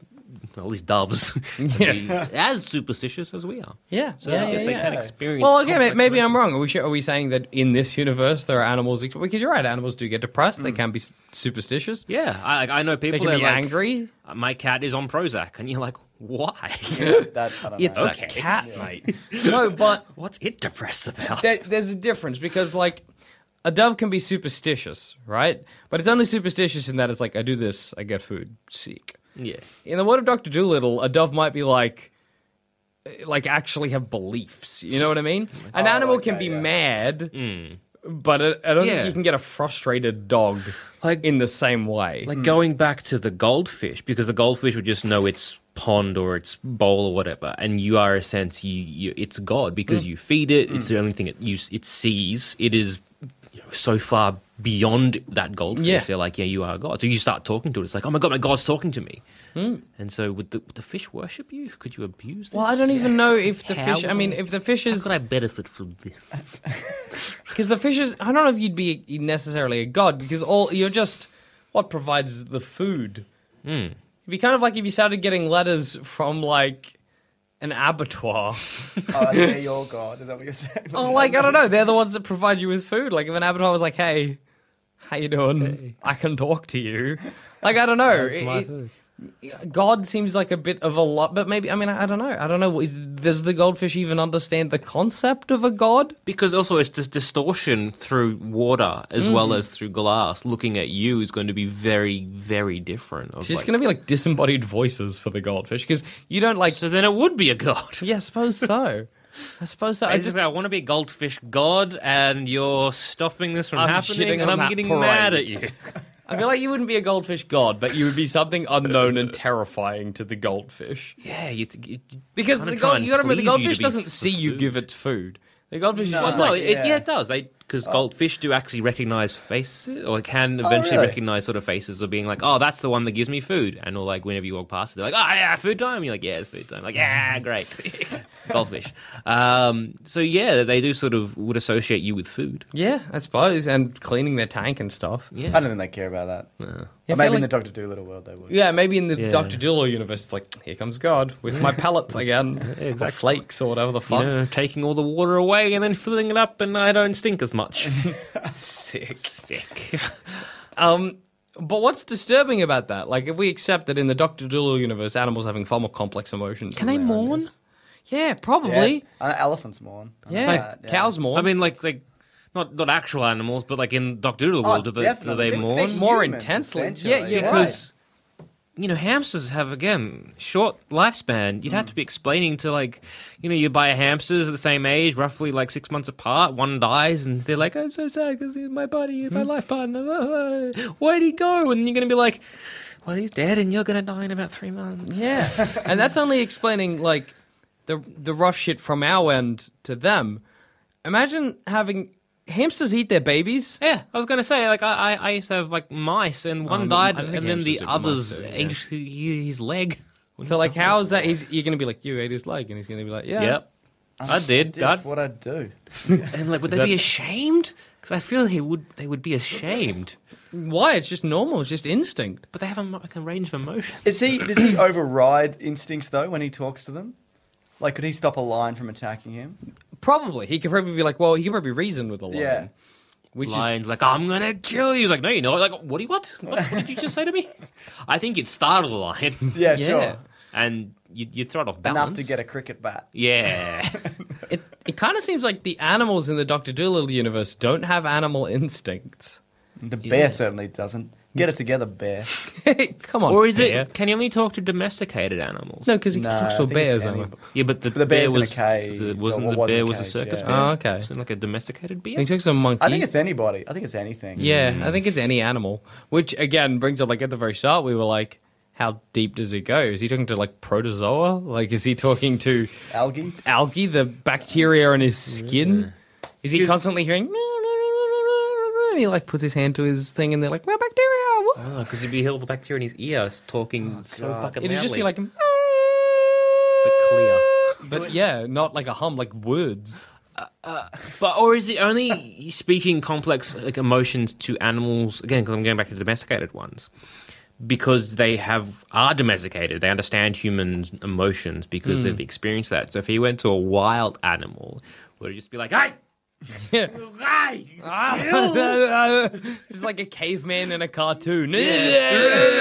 Speaker 7: well, at least doves can be as superstitious as we are.
Speaker 5: Yeah,
Speaker 7: So
Speaker 5: yeah,
Speaker 7: I guess
Speaker 5: yeah,
Speaker 7: they
Speaker 5: yeah.
Speaker 7: can experience.
Speaker 5: Well, okay, ma-
Speaker 7: complex
Speaker 5: maybe I'm
Speaker 7: emotions.
Speaker 5: wrong. Are we, sh- are we saying that in this universe there are animals? Because you're right, animals do get depressed. They can be s- superstitious.
Speaker 7: Yeah, I, like, I know Mm. people
Speaker 5: They can
Speaker 7: that
Speaker 5: be
Speaker 7: are like,
Speaker 5: angry.
Speaker 7: My cat is on Prozac, and you're like, why?
Speaker 8: That, I don't
Speaker 5: It's
Speaker 8: know.
Speaker 5: a cat, mate. no, but
Speaker 7: What's it depressed about?
Speaker 5: there, there's a difference because like a dove can be superstitious, right? But it's only superstitious in that it's like I do this, I get food, seek.
Speaker 7: yeah,
Speaker 5: In the word of Doctor Doolittle, a dove might be like, like actually have beliefs. You know what I mean? An
Speaker 7: Oh,
Speaker 5: animal can be mad, but I I don't
Speaker 7: Hmm. Yeah.
Speaker 5: think you can get a frustrated dog
Speaker 7: Like-
Speaker 5: in the same way.
Speaker 7: like going back to the goldfish because the goldfish would just know its pond or its bowl or whatever, and you are a sense you, you it's God because
Speaker 5: Hmm.
Speaker 7: you feed it. It's the only thing it you, it sees. It is you know, so far beyond that goldfish.
Speaker 5: Yeah.
Speaker 7: They're like, yeah, you are God. So you start talking to it. It's like, oh my God, my God's talking to me. And so would the, would the fish worship you? Could you abuse? This?
Speaker 5: Hmm. well, I don't even know if the
Speaker 7: How
Speaker 5: fish. I mean,
Speaker 7: would-
Speaker 5: if the fish
Speaker 7: How
Speaker 5: is
Speaker 7: could I benefit from this?
Speaker 5: because the fish is. I don't know if you'd be necessarily a god because all you're just what provides the food.
Speaker 7: Hmm.
Speaker 5: It'd be kind of like if you started getting letters from like an abattoir.
Speaker 8: Oh, yeah, you're God. Is that what you're saying?
Speaker 5: Oh, like I don't know. They're the ones that provide you with food. Like if an abattoir was like, "Hey, how you doing? I can talk to you." Like I don't know. It- it- God seems like a bit of a lot, but maybe I mean I, I don't know. I don't know. Is, does the goldfish even understand the concept of a god?
Speaker 7: Because also it's this distortion through water as well
Speaker 5: Mm-hmm.
Speaker 7: as through glass. Looking at you is going to be very, very different.
Speaker 5: It's just going to be like disembodied voices for the goldfish because you don't like.
Speaker 7: So then it would be a god.
Speaker 5: Yeah, I suppose so. I suppose so.
Speaker 7: I
Speaker 5: I
Speaker 7: just
Speaker 5: just
Speaker 7: I want to be a goldfish god, and you're stopping this from
Speaker 5: I'm
Speaker 7: happening,
Speaker 5: shitting
Speaker 7: and
Speaker 5: on
Speaker 7: I'm
Speaker 5: that
Speaker 7: getting
Speaker 5: parade.
Speaker 7: mad at you.
Speaker 5: I feel like you wouldn't be a goldfish god, but you would be something unknown and terrifying to the goldfish.
Speaker 7: Yeah, you, you,
Speaker 5: Because
Speaker 7: kinda
Speaker 5: the
Speaker 7: try
Speaker 5: gold,
Speaker 7: and
Speaker 5: you gotta remember, the
Speaker 7: please you to
Speaker 5: goldfish
Speaker 7: be
Speaker 5: doesn't
Speaker 7: f-
Speaker 5: see you
Speaker 7: food.
Speaker 5: give it food. The goldfish is just
Speaker 7: No,
Speaker 5: like,
Speaker 7: it, yeah, it does. They because goldfish do actually recognize faces, or can eventually
Speaker 8: really?
Speaker 7: recognize sort of faces, or being like, "Oh, that's the one that gives me food," and or like whenever you walk past it, they're like, "Oh yeah, food time." You're like, "Yeah, it's food time." Like, "Yeah, great, goldfish." Um, so yeah, they do sort of would associate you with food.
Speaker 5: yeah, I suppose, and cleaning their tank and stuff. Yeah,
Speaker 8: I don't think they care about that.
Speaker 5: Yeah,
Speaker 8: Or
Speaker 5: I
Speaker 8: maybe in
Speaker 5: feel
Speaker 8: the
Speaker 5: like-
Speaker 8: Doctor Doolittle world they would.
Speaker 5: Yeah, maybe in the
Speaker 7: Yeah.
Speaker 5: Doctor Dillo universe, it's like here comes God with my pellets again, or
Speaker 7: exactly.
Speaker 5: flakes or whatever the
Speaker 7: You
Speaker 5: fuck.
Speaker 7: know, taking all the water away and then filling it up, and I don't stink as much.
Speaker 5: Sick.
Speaker 7: Sick.
Speaker 5: Um, but what's disturbing about that? Like, if we accept that in the Doctor Dolittle universe, animals having far more complex emotions,
Speaker 7: Can
Speaker 5: than
Speaker 7: they
Speaker 5: their own
Speaker 7: mourn?
Speaker 5: is. Yeah, probably.
Speaker 8: I know elephants mourn. I know
Speaker 5: Yeah,
Speaker 8: that, yeah.
Speaker 5: cows mourn.
Speaker 7: I mean, like, like not not actual animals, but like in Doctor Doodle
Speaker 8: Oh,
Speaker 7: world, do they, do
Speaker 8: definitely.
Speaker 7: they
Speaker 8: They-
Speaker 7: mourn?
Speaker 8: they-
Speaker 5: more
Speaker 8: humans,
Speaker 5: intensely.
Speaker 8: essentially.
Speaker 5: Yeah, yeah,
Speaker 8: Right.
Speaker 7: because you know hamsters have again short lifespan. You'd have
Speaker 5: Mm.
Speaker 7: to be explaining to like you know you buy hamsters at the same age, roughly like six months apart. One dies, and they're like, "I'm so sad because he's my buddy,
Speaker 5: Mm.
Speaker 7: he's my life partner. Where'd he go?" And you're gonna be like, "Well, he's dead, and you're gonna die in about three months."
Speaker 5: Yeah, and that's only explaining like the the rough shit from our end to them. Imagine having hamsters eat their babies.
Speaker 7: Yeah, I was gonna say like I, I, I used to have like mice and one
Speaker 5: Um,
Speaker 7: died
Speaker 5: I think
Speaker 7: and then
Speaker 5: hamsters
Speaker 7: the
Speaker 5: do, but mice
Speaker 7: others
Speaker 5: do, yeah.
Speaker 7: ate his leg.
Speaker 5: So like, how is that? He's, you're gonna be like, you ate his leg, and he's gonna be like, yeah,
Speaker 7: Yep, I did.
Speaker 8: Yeah, that's
Speaker 7: I'd-
Speaker 8: what I'd do.
Speaker 7: and like, would they be ashamed? Because I feel he would. They would be ashamed,
Speaker 5: Why? It's just normal. It's just instinct.
Speaker 7: but they have a, mo- like, a range of emotions.
Speaker 8: Is he? Does he override instincts though when he talks to them? Like, could he stop a lion from attacking him?
Speaker 5: Probably he could probably be like, well, he could probably reason with a lion,
Speaker 8: Yeah.
Speaker 5: which is
Speaker 7: Lion's like, "I'm gonna kill you." He's like, "No, you know, like, what? do you- What? What, what did you just say to me?" I think you'd startle a lion,
Speaker 8: Yeah,
Speaker 5: Yeah.
Speaker 8: sure.
Speaker 7: and you'd, you'd throw it off balance
Speaker 8: Enough to get a cricket bat.
Speaker 7: Yeah,
Speaker 5: It it kind of seems like the animals in the Doctor Dolittle universe don't have animal instincts.
Speaker 8: The bear certainly doesn't. Get it together, bear.
Speaker 5: Come on,
Speaker 7: or is
Speaker 5: bear.
Speaker 7: it? Can you only talk to domesticated animals?
Speaker 5: No, because he
Speaker 8: No,
Speaker 5: talks
Speaker 8: I
Speaker 5: to
Speaker 8: think it's
Speaker 5: bears.
Speaker 8: any-
Speaker 5: Anyway.
Speaker 7: Yeah, but the,
Speaker 8: the
Speaker 7: bear
Speaker 8: bear's in a
Speaker 7: was
Speaker 8: cage,
Speaker 7: It
Speaker 8: or
Speaker 7: wasn't the
Speaker 8: was in
Speaker 7: bear
Speaker 8: a
Speaker 7: was a
Speaker 8: cage,
Speaker 7: circus
Speaker 8: yeah.
Speaker 7: bear?
Speaker 5: Oh, okay.
Speaker 7: Wasn't it like a domesticated bear.
Speaker 5: He talks to a monkey.
Speaker 8: I think it's anybody. I think it's anything.
Speaker 5: yeah. I think it's any animal, which again brings up like at the very start we were like, how deep does he go? Is he talking to like protozoa? Like, is he talking to
Speaker 8: Algae.
Speaker 5: algae, the bacteria on his skin? Is he constantly hearing? "Meow, meow, meow, meow, meow, meow," and He like puts his hand to his thing, and they're like, "Well, bacteria." woo."
Speaker 7: Because Ah, he'd be held the bacteria in his ear, talking
Speaker 8: Oh,
Speaker 7: so fucking
Speaker 5: It'd just be like,
Speaker 7: but clear.
Speaker 5: but yeah, not like a hum, like words.
Speaker 7: But or is it only speaking complex like emotions to animals again? Because I'm going back to domesticated ones because they have are domesticated. They understand human emotions because they've experienced that. So if he went to a wild animal, would it just be like, hey?
Speaker 5: Yeah.
Speaker 7: hey!"
Speaker 5: Ah. Just like a caveman in a cartoon.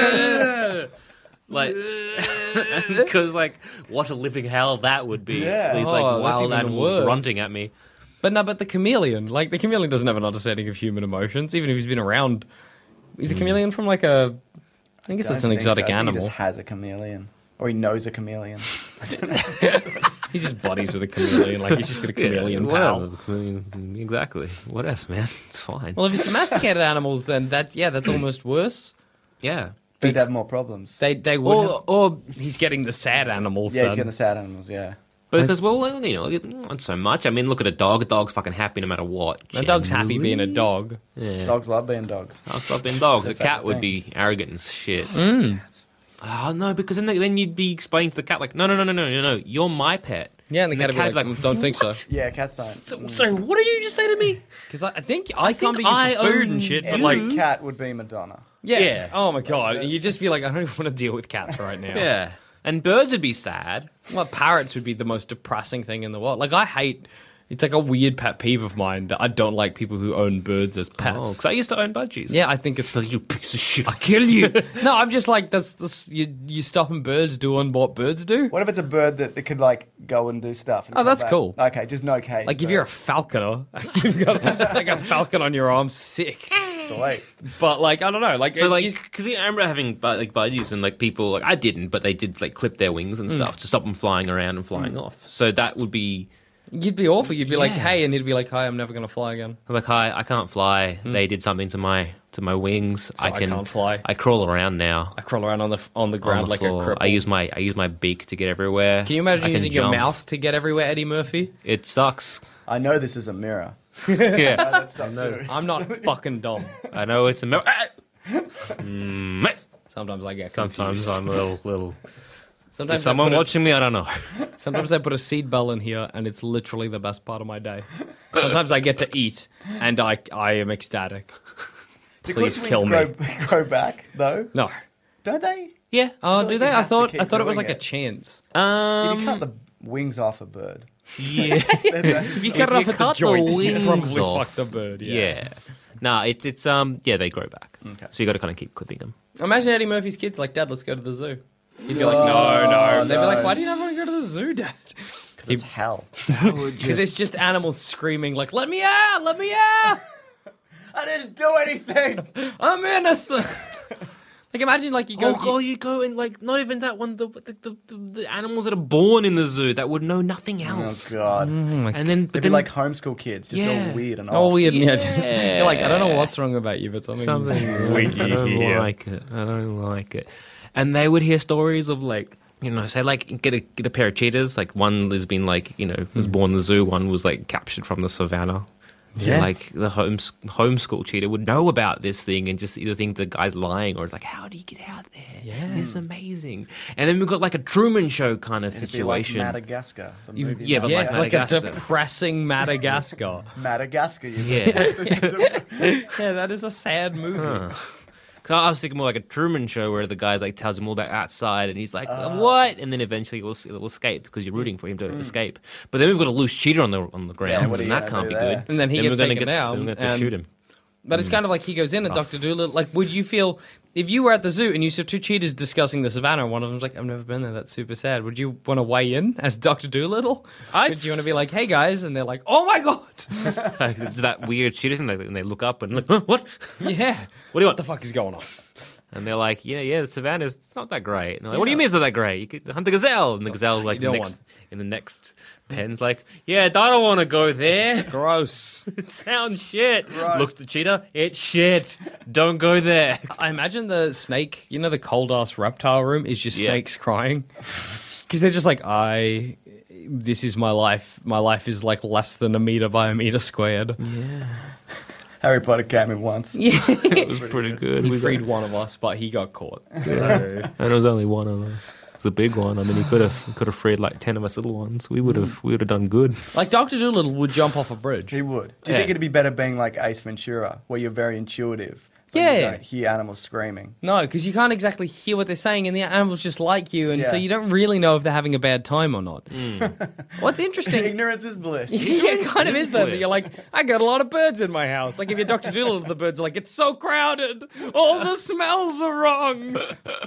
Speaker 7: like because like what a living hell that would be
Speaker 8: Yeah.
Speaker 7: these like
Speaker 5: Oh, that's
Speaker 7: wild
Speaker 5: even
Speaker 7: animals
Speaker 5: worse.
Speaker 7: grunting at me
Speaker 5: But no, but the chameleon, like the chameleon doesn't have an understanding of human emotions, even if he's been around. Is a chameleon from like a? I guess it's
Speaker 8: Don't
Speaker 5: an
Speaker 8: think so.
Speaker 5: exotic
Speaker 8: I think He
Speaker 5: animal.
Speaker 8: just has a chameleon, or he knows a chameleon.
Speaker 5: He's just buddies with a chameleon. Like he's just got a chameleon pal.
Speaker 7: Well, chameleon- exactly what else man it's fine
Speaker 5: Well, if it's domesticated animals, then that yeah, that's almost worse.
Speaker 7: yeah
Speaker 8: They'd have more problems.
Speaker 5: They they would.
Speaker 7: Or-
Speaker 5: have- or he's getting the sad animals.
Speaker 8: yeah, he's
Speaker 5: then.
Speaker 8: getting the sad animals. Yeah.
Speaker 7: but because well you know not so much i mean look at a dog a dog's fucking happy no matter what
Speaker 5: A dog's happy being a dog.
Speaker 7: yeah.
Speaker 8: Dogs love being dogs.
Speaker 7: dogs love being dogs
Speaker 8: It's a
Speaker 7: a cat
Speaker 8: fact,
Speaker 5: eh?
Speaker 7: would be arrogant and shit
Speaker 5: Hmm?
Speaker 7: oh no because then, then you'd be explaining to the cat like no no no no no no no you're my pet
Speaker 5: Yeah, and the cat would be like, "Mm, don't think so."
Speaker 7: "What?"
Speaker 8: Yeah, cats don't.
Speaker 7: So, sorry, what did you just say to me?
Speaker 5: Because I, I think I, come to you
Speaker 7: I
Speaker 5: for food
Speaker 7: own
Speaker 5: and shit, but
Speaker 8: Every
Speaker 5: like,
Speaker 8: cat would be Madonna.
Speaker 5: yeah.
Speaker 7: Yeah.
Speaker 5: Oh my god, and you'd just be like, I don't even want to deal with cats right now.
Speaker 7: Yeah. And birds would be sad.
Speaker 5: Well, parrots would be the most depressing thing in the world. Like, I hate. It's like a weird pet peeve of mine that I don't like people who own birds as
Speaker 7: Oh,
Speaker 5: pets.
Speaker 7: because I used to own budgies.
Speaker 5: yeah, I think it's
Speaker 7: So you piece of shit. I'll kill you.
Speaker 5: no. I'm just like that's this. You you stopping birds doing what birds do.
Speaker 8: What if it's a bird that, that could like go and do stuff? and
Speaker 5: Oh,
Speaker 8: come
Speaker 5: that's
Speaker 8: back?
Speaker 5: cool.
Speaker 8: Okay, just no cage.
Speaker 5: Like if you're a falconer, you've got like a falcon on your arm, sick.
Speaker 8: Sweet.
Speaker 5: But like I don't know, like,
Speaker 7: So
Speaker 5: it-
Speaker 7: like,
Speaker 5: it's-
Speaker 7: because I remember having bu- like budgies and like people like I didn't, but they did like clip their wings
Speaker 5: Hmm.
Speaker 7: and stuff to stop them flying around and flying off. So that would be
Speaker 5: you'd be awful. You'd be like,
Speaker 7: Yeah.
Speaker 5: hey, and he'd be like, hi, I'm never gonna fly again.
Speaker 7: I'm like, hi, I can't fly. They did something to my to my wings. I
Speaker 5: Hmm. I
Speaker 7: can
Speaker 5: can't fly.
Speaker 7: I crawl around now.
Speaker 5: I crawl around on the f- on the ground
Speaker 7: on the
Speaker 5: like
Speaker 7: floor.
Speaker 5: a cripple.
Speaker 7: I use my I use my beak to get everywhere.
Speaker 5: Can you imagine
Speaker 7: I
Speaker 5: using your
Speaker 7: jump.
Speaker 5: mouth to get everywhere, Eddie Murphy?
Speaker 7: It sucks.
Speaker 8: I know this is a mirror.
Speaker 7: yeah.
Speaker 8: That's not true.
Speaker 5: I'm not fucking dumb.
Speaker 7: I know it's a mil-
Speaker 5: Sometimes I get confused.
Speaker 7: Sometimes I'm a little little.
Speaker 5: Sometimes
Speaker 7: Is
Speaker 5: I
Speaker 7: someone
Speaker 5: put a-
Speaker 7: watching me? I don't know.
Speaker 5: sometimes I put a seed bell in here, and it's literally the best part of my day. Sometimes I get to eat, and I I am ecstatic.
Speaker 8: Do
Speaker 7: Please
Speaker 8: Clitwings
Speaker 7: kill me.
Speaker 8: grow, grow back though?
Speaker 5: No.
Speaker 8: Don't they?
Speaker 5: Yeah.
Speaker 8: feel
Speaker 5: Oh,
Speaker 8: like
Speaker 5: do
Speaker 8: you
Speaker 5: they? I
Speaker 8: have to
Speaker 5: thought
Speaker 8: keep
Speaker 5: I thought it was
Speaker 8: doing
Speaker 5: like a
Speaker 8: it.
Speaker 5: chance.
Speaker 7: Um,
Speaker 8: if you cut the wings off a bird,
Speaker 7: Yeah.
Speaker 5: If you cut it off at the
Speaker 7: cut the
Speaker 5: joint, you
Speaker 7: wings
Speaker 5: probably
Speaker 7: off.
Speaker 5: fucked a bird.
Speaker 7: yeah. Nah, it's it's um yeah, they grow back. So you got to kind of keep clipping them.
Speaker 5: Imagine Eddie Murphy's kids like, Dad, let's go to the zoo. He'd be like, No, no. And Oh. they'd be like, Why do you not want to go to the zoo, Dad?
Speaker 8: because it's hell.
Speaker 5: Because it's just animals screaming like, Let me out, let me out,
Speaker 8: I didn't do anything.
Speaker 5: I'm innocent. like imagine like you go.
Speaker 7: oh, you go and like not even that one. The the, the, the the animals that are born in the zoo that would know nothing
Speaker 8: Oh
Speaker 7: else.
Speaker 8: god.
Speaker 7: and then Mm-hmm. but
Speaker 8: They'd be
Speaker 7: then
Speaker 8: like homeschool kids, just
Speaker 7: Yeah.
Speaker 8: all weird and
Speaker 5: Oh,
Speaker 8: off.
Speaker 5: weird. Yeah. just- you're like, I don't know what's wrong about you, but something.
Speaker 7: something wiggy I don't like it. I don't like it. And they would hear stories of like you know, say like get a get a pair of cheetahs. Like one has been like you know was born in the zoo. One was like captured from the savannah.
Speaker 5: Yeah.
Speaker 7: Like the home homeschool cheetah would know about this thing and just either think the guy's lying or it's like, how do you get out there?
Speaker 5: Yeah.
Speaker 7: it's amazing. And then we've got like a Truman Show kind of
Speaker 8: It'd be like
Speaker 7: situation.
Speaker 8: Madagascar. The movie
Speaker 7: yeah, but
Speaker 5: yeah,
Speaker 7: like
Speaker 5: like, a
Speaker 7: Madagascar.
Speaker 5: depressing Madagascar.
Speaker 8: Madagascar. You
Speaker 7: yeah.
Speaker 5: yeah, that is a sad movie.
Speaker 7: So I was thinking more like a Truman Show where the guy's like tells him all about outside, and he's like,
Speaker 8: Oh.
Speaker 7: "What?" And then eventually it'll, it'll escape because you're rooting for him to escape. But then we've got a loose cheater on the on the ground,
Speaker 8: Mm. what are you
Speaker 7: and that
Speaker 8: gonna
Speaker 7: can't be
Speaker 8: do
Speaker 7: good.
Speaker 8: there?
Speaker 5: And then he gets
Speaker 7: we're gonna
Speaker 5: taken
Speaker 7: get-
Speaker 5: down,
Speaker 7: then We're going to
Speaker 5: and-
Speaker 7: shoot him.
Speaker 5: But it's kind of like he goes in at Doctor Doolittle. Like, would you feel if you were at the zoo and you saw two cheetahs discussing the savannah? and One of them's like, "I've never been there. That's super sad." Would you want to weigh in as Doctor Doolittle?
Speaker 7: I-
Speaker 5: Would you want to be like, "Hey guys," and they're like, "Oh my god,
Speaker 7: Like, it's that weird cheater thing, like, and they look up and look, huh, "What?"
Speaker 5: yeah,
Speaker 7: What do you want?
Speaker 5: the fuck is going on?"
Speaker 7: And they're like, "Yeah, yeah, the savannah's it's not that great." And they're like, "What do you mean it's not that great? You could hunt the gazelle." And the gazelle like
Speaker 5: Oh, don't
Speaker 7: next
Speaker 5: want-
Speaker 7: in the next pen's like, "Yeah, I don't want to go there."
Speaker 5: Gross.
Speaker 7: it sounds shit. Looks the cheetah, it's shit. Don't go there.
Speaker 5: I imagine the snake, you know, the cold ass reptile room is just
Speaker 7: Yeah.
Speaker 5: snakes crying because they're just like, I, this is my life. My life is like less than a meter by a meter squared.
Speaker 8: Harry Potter came in once.
Speaker 7: It was pretty good.
Speaker 5: He
Speaker 7: We
Speaker 5: freed
Speaker 7: got-
Speaker 5: one of us, but he got caught. So.
Speaker 7: and it was only one of us. It's a big one. I mean, he could have could have freed like ten of us little ones. We would have we would have done good.
Speaker 5: like Doctor Doolittle would jump off a bridge.
Speaker 8: He would. Do you
Speaker 7: Yeah.
Speaker 8: think it'd be better being like Ace Ventura, where you're very intuitive? So yeah. You
Speaker 5: Yeah.
Speaker 8: don't hear animals screaming.
Speaker 5: No, because you can't exactly hear what they're saying, and the animals just like you, and so
Speaker 8: Yeah.
Speaker 5: you don't really know if they're having a bad time or not. What's interesting?
Speaker 8: Ignorance is bliss.
Speaker 5: Yeah, it kind of is though. That
Speaker 7: bliss.
Speaker 5: you're like, I got a lot of birds in my house. Like if you're Doctor Doolittle, the birds are like, it's so crowded. All the smells are wrong.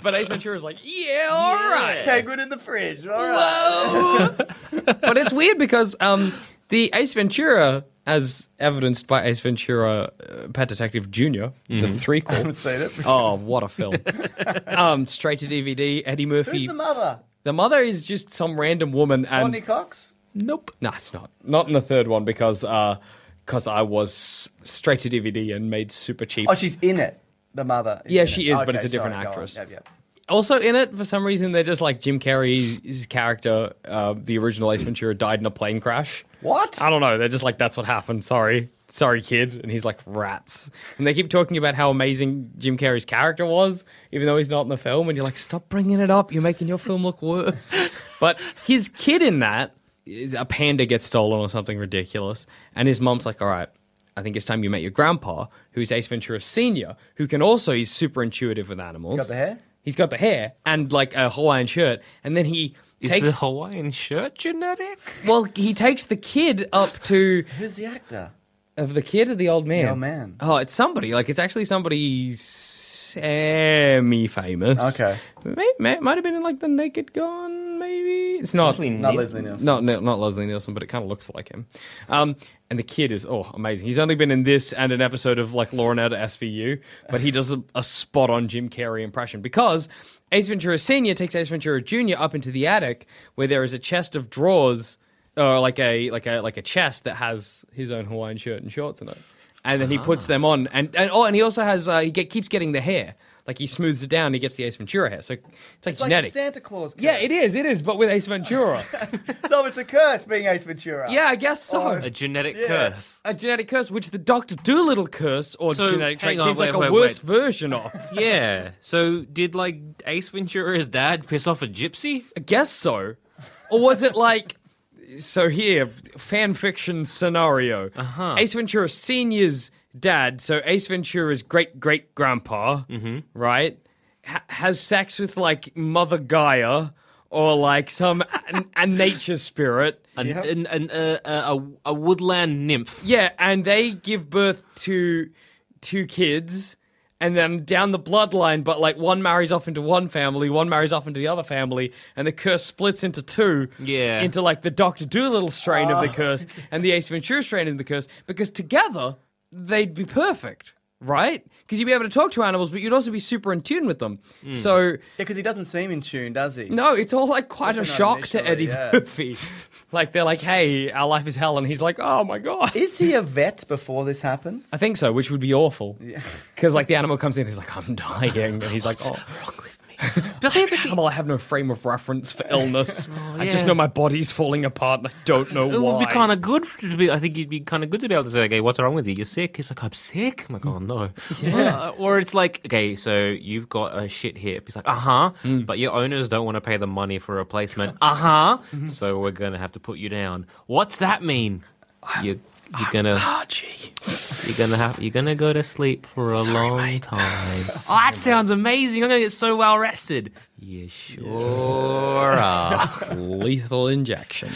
Speaker 5: But Ace Ventura's like, yeah, all right.
Speaker 8: Penguin in the fridge. All right.
Speaker 5: but it's weird because um, the Ace Ventura, as evidenced by Ace Ventura, uh, Pet Detective Junior, the threequel.
Speaker 8: I've seen it.
Speaker 5: Oh, what a film! um, straight to DVD. Eddie Murphy.
Speaker 8: Who's the mother?
Speaker 5: The mother is just some random woman, and
Speaker 8: Bonnie Cox?
Speaker 7: Nope.
Speaker 5: no, it's not. Not in the third one because because I was straight to DVD and made super cheap.
Speaker 8: Oh, she's in it. The mother. is
Speaker 5: Yeah,
Speaker 8: in
Speaker 5: she
Speaker 8: it.
Speaker 5: is, but it's a different
Speaker 8: go on.
Speaker 5: actress.
Speaker 8: Yep, yep.
Speaker 5: also in it for some reason they're just like Jim Carrey's character, uh, the original Ace Ventura, died in a plane crash.
Speaker 8: What?
Speaker 5: I don't know. They're just like, that's what happened. Sorry. Sorry, kid. And he's like, rats. And they keep talking about how amazing Jim Carrey's character was, even though he's not in the film. And you're like, stop bringing it up. You're making your film look worse. but his kid in that, is a panda gets stolen or something ridiculous. And his mom's like, all right, I think it's time you met your grandpa, who's Ace Ventura Sr., who can also, he's super intuitive with animals.
Speaker 8: Got the hair?
Speaker 5: He's got the hair and like a Hawaiian shirt. And then he.
Speaker 7: Is
Speaker 5: takes
Speaker 7: the Hawaiian shirt genetic?
Speaker 5: well, he takes the kid up to
Speaker 8: Who's the actor?
Speaker 5: of the kid or the old man?
Speaker 8: old man.
Speaker 5: Oh, it's somebody. Like it's actually somebody semi-famous.
Speaker 8: Okay.
Speaker 5: May, may, might have been in like the Naked Gun. Maybe it's not.
Speaker 8: Not Leslie Nielsen.
Speaker 5: Not no, not Leslie Nielsen, but it kind of looks like him. Um, and the kid is oh amazing. He's only been in this and an episode of like Law and Order SVU, but he does a, a spot on Jim Carrey impression because Ace Ventura Senior takes Ace Ventura Junior up into the attic where there is a chest of drawers, or like a like a like a chest that has his own Hawaiian shirt and shorts in it, and then he puts them on and and oh and he also has uh, he get, keeps getting the hair. Like he smooths it down, he gets the Ace Ventura hair. So it's like
Speaker 8: It's like
Speaker 5: genetic.
Speaker 8: the Santa Claus. Curse.
Speaker 5: yeah, it is. It is, but with Ace Ventura.
Speaker 8: So it's a curse being Ace Ventura.
Speaker 5: Yeah, I guess so.
Speaker 7: A genetic curse.
Speaker 5: a genetic curse, which the Doctor Doolittle curse or
Speaker 7: So,
Speaker 5: genetic
Speaker 7: hang
Speaker 5: trait
Speaker 7: on,
Speaker 5: seems
Speaker 7: wait,
Speaker 5: like a
Speaker 7: wait,
Speaker 5: worse
Speaker 7: wait.
Speaker 5: version of.
Speaker 7: Yeah. So did like Ace Ventura's dad piss off a gypsy?
Speaker 5: I guess so. Or was it like. So here, fan fiction scenario. Uh-huh. Ace Ventura Senior's dad, so Ace Ventura's great great grandpa, right, ha- has sex with like Mother Gaia or like some a, a nature spirit.
Speaker 7: An, an, an, uh, uh, a, a woodland nymph.
Speaker 5: Yeah, and they give birth to two kids. And then down the bloodline, but like one marries off into one family, one marries off into the other family, and the curse splits into two.
Speaker 7: Yeah.
Speaker 5: Into like the Doctor Doolittle strain of
Speaker 8: Ah.
Speaker 5: the curse and the Ace Ventura strain of the curse, because together they'd be perfect, right? Because you'd be able to talk to animals, but you'd also be super in tune with them.
Speaker 8: Hmm.
Speaker 5: So,
Speaker 8: because he doesn't seem in tune, does he?
Speaker 5: no, it's all like quite a
Speaker 8: Definitely not
Speaker 5: shock to
Speaker 8: initially,
Speaker 5: Eddie
Speaker 8: yeah.
Speaker 5: Murphy. Like, they're like, hey, our life is hell. And he's like, oh my God.
Speaker 8: Is he a vet before this happens?
Speaker 5: I think so, which would be awful. Because like the animal comes in, he's like, "I'm dying," and he's like, "Oh, wrong with me." But I'm an animal. I have Oh, no frame of reference for illness. I just
Speaker 7: yeah.
Speaker 5: know my body's falling apart, and I don't know
Speaker 7: It would
Speaker 5: why.
Speaker 7: be kind of good for- to be. I think it'd be kind of good to be able to say, "Okay, what's wrong with you? You're sick." He's like, "I'm sick." I'm like, "Oh no." Uh, or it's like, "Okay, so you've got a shit hip." He's like, "Uh huh," but your owners don't want to pay the money for a replacement. uh huh. So we're gonna have to put you down. What's that mean? You, you're gonna. You're gonna have. You're gonna go to sleep for a long time. oh, that sounds amazing. I'm gonna get so well rested. You sure are.
Speaker 5: lethal injection.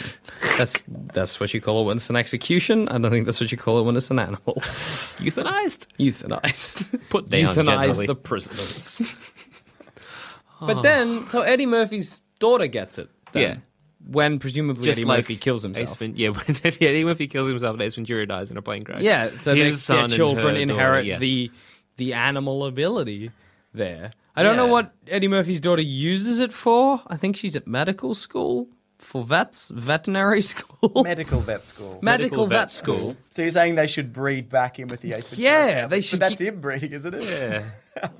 Speaker 5: That's that's what you call it when it's an execution. I don't think that's what you call it when it's an animal.
Speaker 7: Euthanized.
Speaker 5: Euthanized.
Speaker 7: Put down,
Speaker 5: Euthanize
Speaker 7: generally.
Speaker 5: the prisoners. but then, so Eddie Murphy's daughter gets it. Then,
Speaker 7: Yeah.
Speaker 5: When presumably
Speaker 7: Just
Speaker 5: Eddie
Speaker 7: like
Speaker 5: Murphy kills
Speaker 7: Ace
Speaker 5: himself.
Speaker 7: Ven- yeah, when yeah, Eddie Murphy kills himself and Ace Ventura dies in a plane crash.
Speaker 5: Yeah, so their,
Speaker 7: His son
Speaker 5: their
Speaker 7: and
Speaker 5: children
Speaker 7: her
Speaker 5: inherit
Speaker 7: daughter, yes.
Speaker 5: the the animal ability there. I don't know
Speaker 7: Yeah.
Speaker 5: what Eddie Murphy's daughter uses it for. I think she's at medical school for vets, veterinary school,
Speaker 8: Medical vet school.
Speaker 5: medical
Speaker 7: vet
Speaker 5: vet school.
Speaker 8: so you're saying they should breed back in with the ace? Ventura
Speaker 5: Yeah,
Speaker 8: family.
Speaker 5: they should
Speaker 8: But that's
Speaker 5: ge-
Speaker 8: him breeding, isn't it?
Speaker 7: Yeah.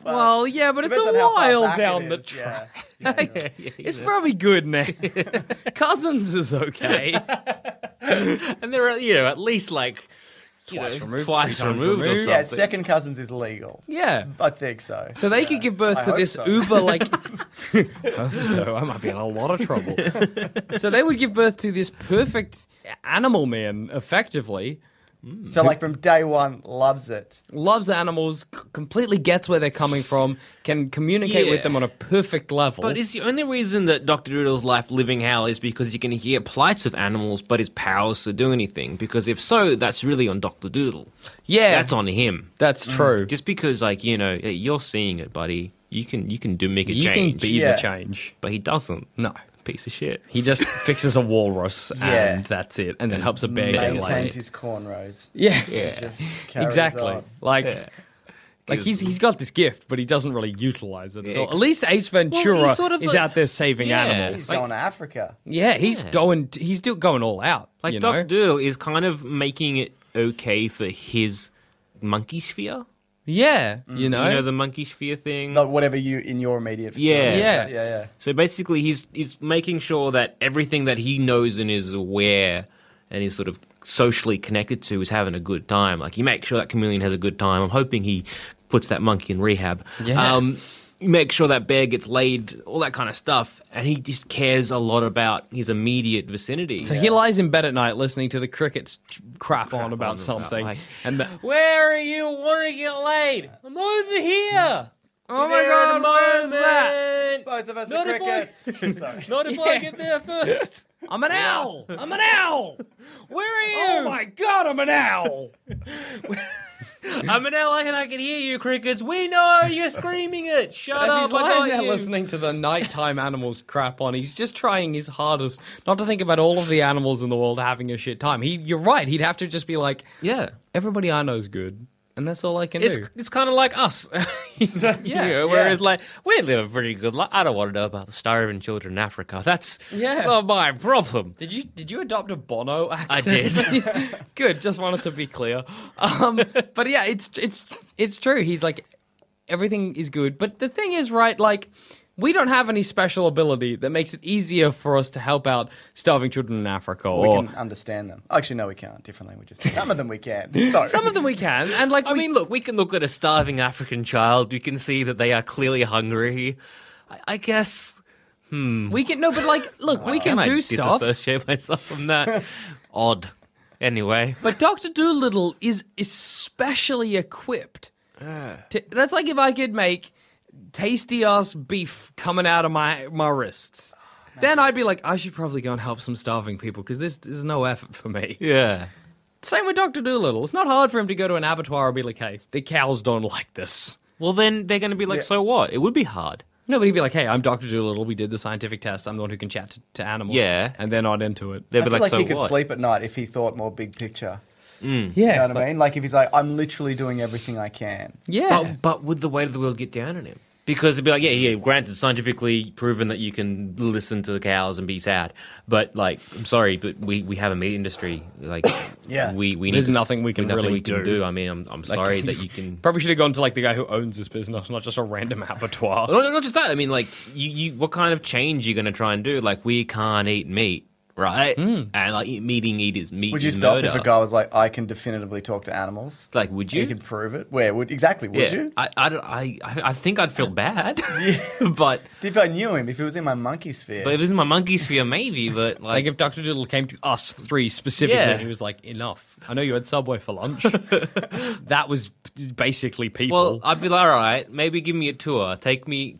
Speaker 5: Well, yeah, but it's a
Speaker 8: Depends on how far
Speaker 5: while
Speaker 8: back it
Speaker 5: down the
Speaker 8: is,
Speaker 5: track.
Speaker 8: yeah.
Speaker 5: It's probably good now. Cousins is okay.
Speaker 7: and they're uh, you know at least like you
Speaker 5: Twice
Speaker 7: know,
Speaker 5: removed,
Speaker 7: twice
Speaker 5: three times
Speaker 7: removed, or
Speaker 5: removed.
Speaker 7: something.
Speaker 8: Yeah, second cousins is legal.
Speaker 5: Yeah.
Speaker 8: I think so.
Speaker 5: So they could give birth
Speaker 8: I
Speaker 5: to
Speaker 8: hope
Speaker 5: this
Speaker 8: so.
Speaker 5: uber like. hope so. I might be in a lot of trouble. so they would give birth to this perfect animal man, effectively.
Speaker 8: So like from day one, loves it.
Speaker 5: Loves animals, c- completely gets where they're coming from, can communicate
Speaker 7: Yeah.
Speaker 5: with them on a perfect level.
Speaker 7: But it's the only reason that Doctor Doolittle's life living hell is because you can hear plights of animals, but his powers to do anything. Because if so, that's really on Doctor Doodle.
Speaker 5: yeah,
Speaker 7: that's on him.
Speaker 5: That's true.
Speaker 7: Just because, like you know, yeah, you're seeing it, buddy. You can you can do make a
Speaker 5: you can
Speaker 7: change,
Speaker 5: be
Speaker 8: Yeah.
Speaker 5: the change.
Speaker 7: but he doesn't.
Speaker 5: No.
Speaker 7: piece of shit.
Speaker 5: He just fixes a walrus and
Speaker 8: Yeah.
Speaker 5: that's it, and then helps a bear get laid.
Speaker 8: Maintains his cornrows.
Speaker 5: Yeah,
Speaker 8: Just carries
Speaker 5: exactly.
Speaker 8: on.
Speaker 5: Like, like he's he's got this gift, but he doesn't really utilize it at all. At least Ace Ventura
Speaker 7: he's sort of
Speaker 5: is
Speaker 7: a-
Speaker 5: out there saving
Speaker 7: Yeah.
Speaker 5: animals.
Speaker 8: He's going to Africa.
Speaker 5: Yeah, he's going. He's do, going all out.
Speaker 7: Like
Speaker 5: you
Speaker 7: Doctor
Speaker 5: know?
Speaker 7: Doolittle is kind of making it okay for his monkey sphere.
Speaker 5: yeah, Mm, you know.
Speaker 7: You know the monkey sphere thing.
Speaker 8: Like whatever you in your immediate
Speaker 7: Yeah.
Speaker 8: facility.
Speaker 5: Yeah.
Speaker 8: Yeah, yeah.
Speaker 7: So basically, he's he's making sure that everything that he knows and is aware and is sort of socially connected to is having a good time. Like he makes sure that chameleon has a good time. I'm hoping he puts that monkey in rehab.
Speaker 5: Yeah.
Speaker 7: Um, make sure that bear gets laid, all that kind of stuff, and he just cares a lot about his immediate vicinity.
Speaker 5: so he lies in bed at night listening to the crickets crap, on about something,
Speaker 7: like-
Speaker 5: and the,
Speaker 7: Where are you? Want to get laid? I'm over here.
Speaker 5: oh my god, where's that?
Speaker 8: Both of us
Speaker 7: Not
Speaker 8: are
Speaker 7: if I-
Speaker 8: crickets. Sorry.
Speaker 7: Not if I get there first.
Speaker 5: I'm an owl. I'm an owl.
Speaker 7: Where are
Speaker 5: Oh my god, I'm an owl.
Speaker 7: I'm in LA and Uh, I can hear you, crickets. We know you're screaming it. Shut
Speaker 5: As
Speaker 7: up.
Speaker 5: he's
Speaker 7: I got
Speaker 5: lying there
Speaker 7: you.
Speaker 5: listening to the nighttime animals crap on, he's just trying his hardest not to think about all of the animals in the world having a shit time. He, you're right. He'd have to just be like,
Speaker 7: Yeah.
Speaker 5: everybody I know's good, and that's all I can
Speaker 7: It's,
Speaker 5: do.
Speaker 7: it's kind of like us. yeah. whereas, like, we live a pretty good life. I don't want to know about the starving children in Africa. That's
Speaker 5: Yeah.
Speaker 7: not my problem.
Speaker 5: Did you did you adopt a Bono accent?
Speaker 7: did.
Speaker 5: He's- Good. Just wanted to be clear. Um, but yeah, it's it's it's true. He's like everything is good. But the thing is, right? Like we don't have any special ability that makes it easier for us to help out starving children in Africa.
Speaker 8: We
Speaker 5: or
Speaker 8: can understand them. Actually, no, we can't. Different languages. Some of them we can. Sorry.
Speaker 5: some of them we can, and like
Speaker 7: I
Speaker 5: we,
Speaker 7: mean, look, we can look at a starving African child. We can see that they are clearly hungry. I, I guess
Speaker 5: we can no, but like look, we can
Speaker 7: Can I
Speaker 5: do stuff.
Speaker 7: Disassociate myself from that. Odd. Anyway,
Speaker 5: But Doctor Doolittle is especially equipped.
Speaker 7: Ah.
Speaker 5: to- that's like if I could make tasty ass beef coming out of my my wrists. Then I'd be like, I should probably go and help some starving people because this is no effort for me.
Speaker 7: yeah.
Speaker 5: Same with Doctor Doolittle. It's not hard for him to go to an abattoir and be like, Hey, the cows don't like this.
Speaker 7: Well, then they're going to be like, so what? It would be hard.
Speaker 5: No, but he'd be like, Hey, I'm Doctor Doolittle. We did the scientific test. I'm the one who can chat to, to animals.
Speaker 7: Yeah.
Speaker 5: and they're not into it.
Speaker 7: They'd
Speaker 8: I
Speaker 7: be
Speaker 8: feel
Speaker 7: like,
Speaker 8: like,
Speaker 7: so
Speaker 8: he could
Speaker 7: what?
Speaker 8: sleep at night if he thought more big picture.
Speaker 5: yeah,
Speaker 8: You know what I mean? Like if he's like, I'm literally doing everything I can.
Speaker 5: yeah.
Speaker 7: But, but would the weight of the world get down on him? Because it'd be like, yeah, yeah, granted, scientifically proven that you can listen to the cows and be sad. But, like, I'm sorry, but we, we have a meat industry. Like,
Speaker 8: Yeah.
Speaker 7: we, we
Speaker 5: There's
Speaker 7: need to-
Speaker 5: nothing we can
Speaker 7: nothing
Speaker 5: really
Speaker 7: we can
Speaker 5: do.
Speaker 7: do. I mean, I'm, I'm sorry that you can.
Speaker 5: Probably should have gone to like the guy who owns this business, not just a random abattoir.
Speaker 7: Well, Not, not just that. I mean, like, you, you what kind of change are you going to try and do? Like, we can't eat meat, right? And like, eat- meat eating meat is meat.
Speaker 8: Hmm. Would you
Speaker 7: is
Speaker 8: stop
Speaker 7: murder.
Speaker 8: if a guy was like, I can definitively talk to animals?
Speaker 7: Like, would
Speaker 8: You
Speaker 7: you?
Speaker 8: can prove it. Where would exactly? Would
Speaker 7: yeah.
Speaker 8: you?
Speaker 7: I, I, don't- I, I I think I'd feel bad. but
Speaker 8: If I knew him, if he was in my monkey sphere,
Speaker 7: but if this is my monkey sphere, maybe. But
Speaker 5: Like
Speaker 7: like,
Speaker 5: if Dr. Doodle came to us three specifically
Speaker 7: Yeah.
Speaker 5: and he was like, enough. I know you had Subway for lunch. that was basically people.
Speaker 7: well, I'd be like, all right, maybe give me a tour. Take me.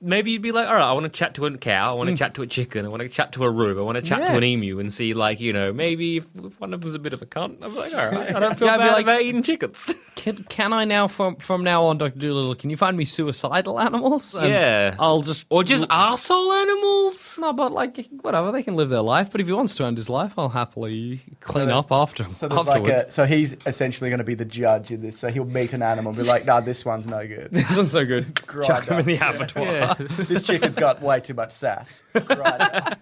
Speaker 7: Maybe you'd be like, all right, I want to chat to a cow. I want
Speaker 8: Hmm.
Speaker 7: to chat to a chicken. I want to chat to a roo. I want to chat
Speaker 5: Yeah.
Speaker 7: to an emu and see, like, you know, maybe if if one of them's a bit of a cunt, I'm like, all right, I don't feel
Speaker 5: Yeah, I'd be
Speaker 7: bad
Speaker 5: like-
Speaker 7: about eating chickens.
Speaker 5: can, can I now, from, from now on, Dr. Doolittle, can you find me suicidal animals? And
Speaker 7: Yeah.
Speaker 5: I'll just.
Speaker 7: Or just arsehole animals?
Speaker 5: No, but like, whatever, they can live their life. But if he wants to end his life, I'll happily clean
Speaker 8: there's-
Speaker 5: up after him.
Speaker 8: so there's
Speaker 5: afterwards.
Speaker 8: like a, so he's essentially going to be the judge in this. So he'll meet an animal and be like, Nah, this one's no good.
Speaker 5: this one's so good.
Speaker 8: Grind
Speaker 5: Chuck him in
Speaker 8: up.
Speaker 5: the abattoir.
Speaker 8: this chicken's got way too much sass. Right.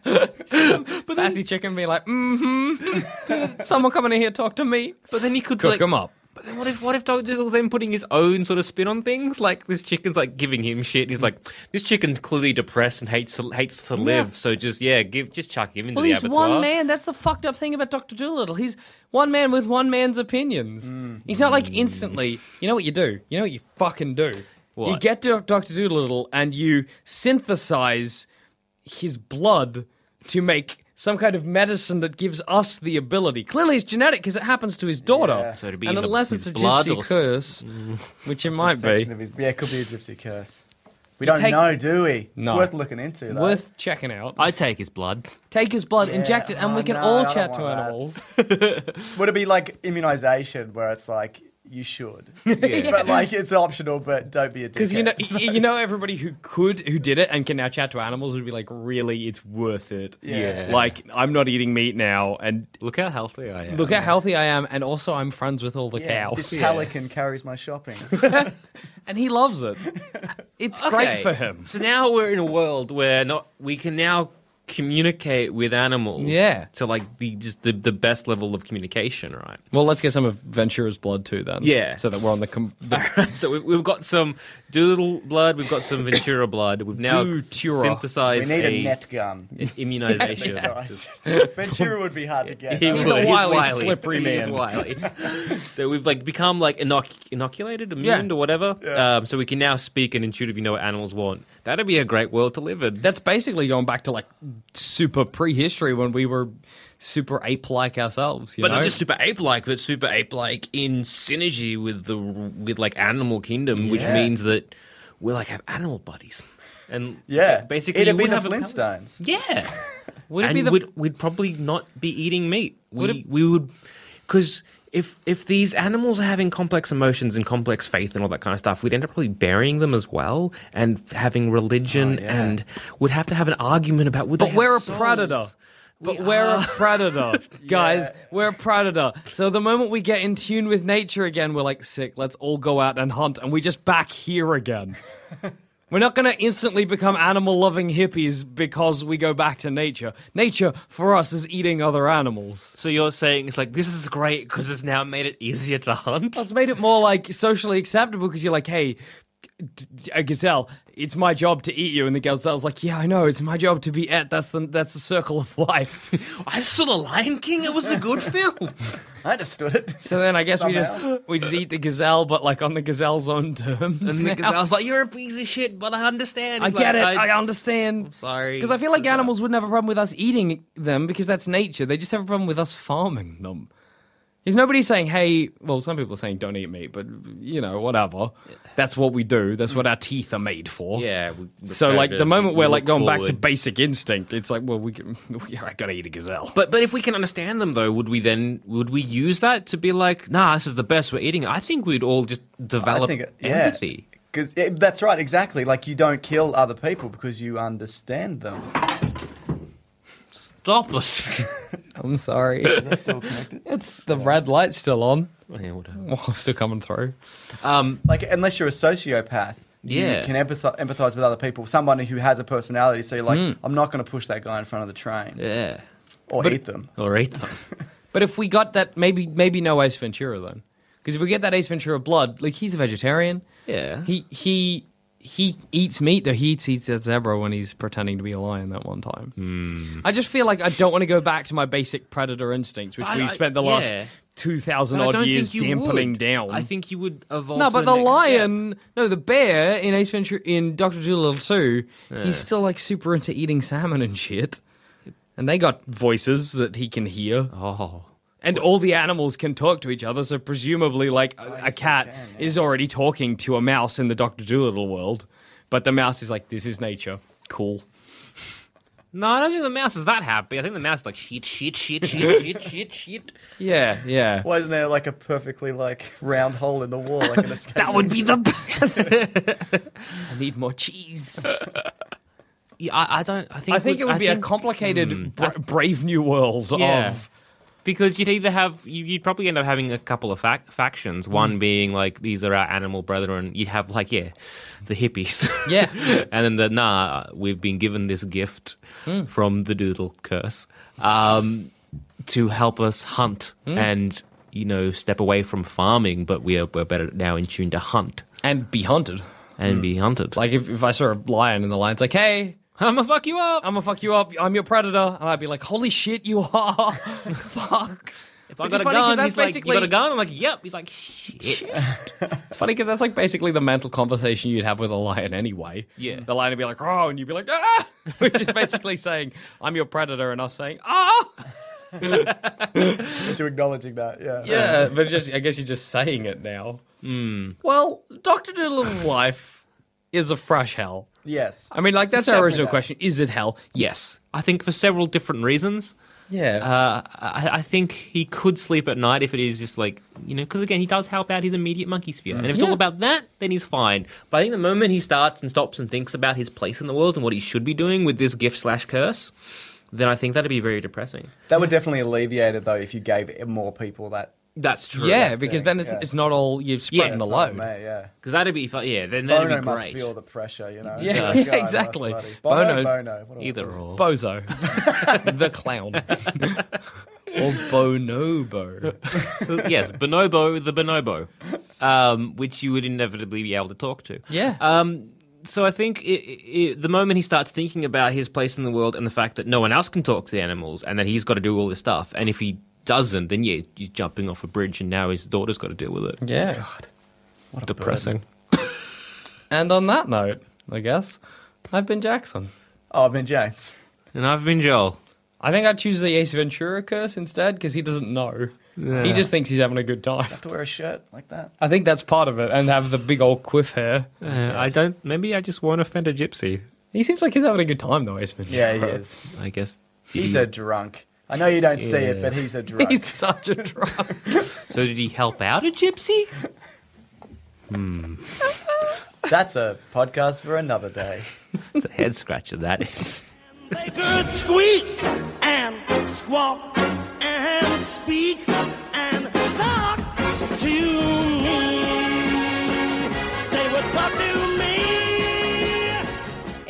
Speaker 5: Sassy chicken be like, mm hmm. Someone coming in here, talk to me.
Speaker 7: But then you could
Speaker 5: Cook
Speaker 7: like,
Speaker 5: him up.
Speaker 7: But then what if what if Doctor Doolittle's then putting his own sort of spin on things? Like this chicken's like giving him shit. He's like, this chicken's clearly depressed and hates to, hates to live. So just yeah, give just chuck him into
Speaker 5: Well,
Speaker 7: the
Speaker 5: he's
Speaker 7: abattoir.
Speaker 5: one man. That's the fucked up thing about Doctor Doolittle. He's one man with one man's opinions.
Speaker 7: Mm.
Speaker 5: He's not like instantly. You know what you do? You know what you fucking do? You
Speaker 7: What?
Speaker 5: get Doctor Doolittle and you synthesize his blood to make some kind of medicine that gives us the ability. Clearly, it's genetic because it happens to his daughter.
Speaker 7: So it'd be
Speaker 5: and
Speaker 7: in the-
Speaker 5: unless
Speaker 7: his
Speaker 5: it's a
Speaker 7: blood
Speaker 5: gypsy
Speaker 7: or s-
Speaker 5: curse, which it might be,
Speaker 8: Section Of his, yeah, it could be a gypsy curse. We don't
Speaker 5: take-
Speaker 8: know, do we?
Speaker 5: No.
Speaker 8: It's worth looking into. Though.
Speaker 5: worth checking out.
Speaker 7: I take his blood.
Speaker 5: Take his blood, inject it, and
Speaker 8: oh
Speaker 5: we can
Speaker 8: no, I
Speaker 5: all
Speaker 8: don't
Speaker 5: chat to
Speaker 8: want that.
Speaker 5: animals.
Speaker 8: Would it be like immunization where it's like you should, but like it's optional, but don't be a dickhead?
Speaker 5: Because you know, y- you know, everybody who could, who did it, and can now chat to animals would be like, really, it's worth it.
Speaker 8: Yeah.
Speaker 5: Like, I'm not eating meat now, and
Speaker 7: Look how healthy I am.
Speaker 5: look how healthy I am, and also I'm friends with all the
Speaker 8: Yeah,
Speaker 5: cows,
Speaker 8: This pelican carries my shopping.
Speaker 5: and he loves it. It's great for him.
Speaker 7: So now we're in a world where not we can now communicate with animals.
Speaker 5: Yeah.
Speaker 7: To like the just the, the best level of communication, right?
Speaker 5: Well, let's get some of Ventura's blood too, then.
Speaker 7: Yeah.
Speaker 5: So that we're on the, com- the
Speaker 7: so we, we've got some Doodle blood, we've got some Ventura blood. We've now
Speaker 5: Dutura.
Speaker 8: we
Speaker 7: synthesized
Speaker 8: need a net gun.
Speaker 7: an immunization.
Speaker 8: Guys. Ventura would be hard to get.
Speaker 7: He
Speaker 5: He's
Speaker 7: would.
Speaker 5: a wily, slippery
Speaker 7: He is
Speaker 5: man.
Speaker 7: wily. so we've like become like inoc- inoculated, immune
Speaker 5: Yeah.
Speaker 7: or whatever. Um, so we can now speak and intuitively know what animals want. That'd be a great world to live in.
Speaker 5: that's basically going back to like super prehistory when we were super ape-like ourselves. You
Speaker 7: but
Speaker 5: know?
Speaker 7: not just super ape-like, but super ape-like in synergy with the with like animal kingdom, which
Speaker 8: Yeah.
Speaker 7: means that we like have animal buddies, and
Speaker 8: Yeah,
Speaker 7: basically
Speaker 8: it'd
Speaker 7: you
Speaker 8: be
Speaker 7: would
Speaker 8: the
Speaker 7: have a-
Speaker 8: Flintstones.
Speaker 7: yeah,
Speaker 5: Would it
Speaker 7: and
Speaker 5: be the-
Speaker 7: we'd, we'd probably not be eating meat. We,
Speaker 5: Would it-
Speaker 7: we would, because if if these animals are having complex emotions and complex faith and all that kind of stuff, we'd end up probably burying them as well and having religion
Speaker 8: Oh,
Speaker 7: and would have to have an argument about would
Speaker 5: But
Speaker 7: they
Speaker 5: we're a
Speaker 7: have souls?
Speaker 5: predator. But we are a predator, guys. We're a predator. So the moment we get in tune with nature again, we're like, sick, let's all go out and hunt. And we just back here again. we're not going to instantly become animal loving hippies because we go back to nature. Nature, for us, is eating other animals.
Speaker 7: So you're saying it's like this is great because it's now made it easier to hunt.
Speaker 5: It's made it more like socially acceptable because you're like, hey, d- d- a gazelle, it's my job to eat you. And the gazelle's like, yeah, I know, it's my job to be at. That's the that's the circle of life.
Speaker 7: I saw The Lion King. It was a good film.
Speaker 8: I understood it.
Speaker 5: So then I guess we
Speaker 8: Somehow.
Speaker 5: just we just eat the gazelle, but like on the gazelle's own terms.
Speaker 7: And the
Speaker 5: now.
Speaker 7: gazelle's like, "You're a piece of shit," but I understand.
Speaker 5: I
Speaker 7: He's
Speaker 5: get it.
Speaker 7: like,
Speaker 5: I, understand.
Speaker 7: sorry.
Speaker 5: Because I feel like animals wouldn't have a problem with us eating them because that's nature. They just have a problem with us farming them. Because nobody's saying, hey, well, some people are saying don't eat meat, but, you know, whatever. That's what we do. That's what our teeth are made for.
Speaker 7: Yeah. we- we're
Speaker 5: So, like, the
Speaker 7: predators.
Speaker 5: moment
Speaker 7: We
Speaker 5: we're, like,
Speaker 7: look
Speaker 5: going back to
Speaker 7: forward.
Speaker 5: basic instinct, it's like, well, we can, I gotta eat a gazelle.
Speaker 7: But but if we can understand them though, would we then would we use that to be like, nah, this is the best we're eating? it"? I think we'd all just develop empathy.
Speaker 8: Because that's right, exactly. Like you don't kill other people because you understand them.
Speaker 7: Stop us.
Speaker 5: I'm sorry. it's the red light's still on.
Speaker 7: yeah, whatever.
Speaker 5: Well, still coming through.
Speaker 7: Um,
Speaker 8: Like unless you're a sociopath,
Speaker 7: Yeah.
Speaker 8: you can empathize, empathize with other people. Someone who has a personality, so you're like, I'm not going to push that guy in front of the train
Speaker 7: yeah.
Speaker 8: or eat them.
Speaker 7: Or eat them.
Speaker 5: But if we got that, maybe maybe no Ace Ventura then, because if we get that Ace Ventura blood, like he's a vegetarian.
Speaker 7: Yeah.
Speaker 5: He he he eats meat though. He eats eats a zebra when he's pretending to be a lion that one time.
Speaker 7: Hmm.
Speaker 5: I just feel like I don't want to go back to my basic predator instincts, which
Speaker 7: But I-
Speaker 5: we've spent the
Speaker 7: yeah.
Speaker 5: last two thousand
Speaker 7: But I
Speaker 5: odd
Speaker 7: don't
Speaker 5: years
Speaker 7: think you
Speaker 5: dampening
Speaker 7: would.
Speaker 5: down.
Speaker 7: I think you would evolve.
Speaker 5: no,
Speaker 7: to
Speaker 5: but the,
Speaker 7: next
Speaker 5: lion, no, the bear in Ace Ventura in Doctor Dolittle two, he's still like super into eating salmon and shit. And they got voices that he can hear.
Speaker 7: step. Oh.
Speaker 5: And all the animals can talk to each other, so presumably, like a, a cat is already talking to a mouse in the Doctor Dolittle world, but the mouse is like, "This is nature, cool."
Speaker 7: No, I don't think the mouse is that happy. I think the mouse is like shit, shit, shit, shit, shit, shit, shit.
Speaker 5: Yeah, yeah.
Speaker 8: Why isn't there like a perfectly like round hole in the wall like an escape?
Speaker 5: That would be the best. I need more cheese.
Speaker 7: Yeah, I, I don't. I think.
Speaker 5: I think it would
Speaker 7: I
Speaker 5: be a
Speaker 7: think-
Speaker 5: complicated,
Speaker 7: Hmm.
Speaker 5: bra- brave new world
Speaker 7: Yeah.
Speaker 5: of
Speaker 7: Because you'd either have you, you'd probably end up having a couple of fac- factions.
Speaker 5: Mm.
Speaker 7: One being like these are our animal brethren. You'd have like yeah, the hippies.
Speaker 5: Yeah.
Speaker 7: and then the nah, we've been given this gift
Speaker 5: Mm.
Speaker 7: from the doodle curse um, to help us hunt
Speaker 5: Mm.
Speaker 7: and you know step away from farming, but we are we're better now in tune to hunt
Speaker 5: and be hunted.
Speaker 7: and be hunted.
Speaker 5: Mm. Like if, if I saw a lion and the lion's like, "Hey,
Speaker 7: I'm gonna fuck you up.
Speaker 5: I'm gonna fuck you up. I'm your predator," and I'd be like, "Holy shit, you are! Fuck."
Speaker 7: if I
Speaker 5: Which
Speaker 7: got
Speaker 5: is
Speaker 7: a
Speaker 5: funny 'cause
Speaker 7: gun,
Speaker 5: that's
Speaker 7: he's like, you got
Speaker 5: basically-
Speaker 7: a gun. I'm like, yep. He's like, shit.
Speaker 5: It's funny because that's like basically the mental conversation you'd have with a lion anyway.
Speaker 7: Yeah.
Speaker 5: The lion would be like, oh, and you'd be like, ah, which is basically saying, I'm your predator, and us saying, ah.
Speaker 8: to acknowledging that, yeah.
Speaker 5: Yeah, but just I guess you're just saying it now. Hmm. Well, Doctor Doolittle's life is a fresh hell.
Speaker 8: Yes.
Speaker 5: I mean, like that's our
Speaker 8: Definitely
Speaker 5: original
Speaker 8: that.
Speaker 5: question: Is it hell? Yes.
Speaker 7: I think for several different reasons.
Speaker 5: Yeah.
Speaker 7: Uh, I, I think he could sleep at night if it is just like you know, because again, he does help out his immediate monkey sphere, and if it's all
Speaker 5: Yeah.
Speaker 7: about that, then he's fine. But I think the moment he starts and stops and thinks about his place in the world and what he should be doing with this gift slash curse, then I think that'd be very depressing.
Speaker 8: That would definitely alleviate it though if you gave more people that.
Speaker 7: That's true.
Speaker 5: yeah, because then it's,
Speaker 8: yeah.
Speaker 5: it's not all you're spreading the
Speaker 8: that's what I
Speaker 5: load.
Speaker 8: meant, yeah.
Speaker 7: because that'd be fu- yeah, then that'd
Speaker 8: Bono
Speaker 7: be
Speaker 8: must
Speaker 7: great.
Speaker 8: feel the pressure, you know.
Speaker 5: Yeah,
Speaker 8: Like, God,
Speaker 5: yeah,
Speaker 8: that's
Speaker 5: exactly.
Speaker 8: bloody- Bono,
Speaker 5: Bono-
Speaker 8: Bono. what do I-
Speaker 7: Either or.
Speaker 5: Bozo, the clown, or Bonobo.
Speaker 7: yes, bonobo, the bonobo, um, which you would inevitably be able to talk to.
Speaker 5: Yeah.
Speaker 7: Um, so I think i i i the moment he starts thinking about his place in the world and the fact that no one else can talk to the animals and that he's got to do all this stuff, and if he doesn't, then yeah, he's jumping off a bridge, and now his daughter's got to deal with it.
Speaker 5: Yeah.
Speaker 7: Depressing.
Speaker 5: And on that note, I guess I've been Jackson.
Speaker 8: Oh, I've been James.
Speaker 7: And I've been Joel.
Speaker 5: I think I'd choose the Ace Ventura curse instead because he doesn't know. He just thinks he's having a good time.
Speaker 8: To wear a shirt like that.
Speaker 5: I think that's part of it, and have the big old quiff hair.
Speaker 7: Uh, I don't. Maybe I just won't offend a gypsy.
Speaker 5: He seems like he's having a good time though, Ace Ventura.
Speaker 8: Yeah, he is.
Speaker 7: I guess. Did
Speaker 8: He's
Speaker 7: he-
Speaker 8: a drunk. I know you don't see it,
Speaker 7: Yeah.
Speaker 8: but he's a drunk.
Speaker 5: He's such a drunk.
Speaker 7: so did he help out a gypsy?
Speaker 8: That's a podcast for another day.
Speaker 7: It's a head scratcher. That is.
Speaker 6: They could squeak and squawk and speak and talk to me. They would talk to me.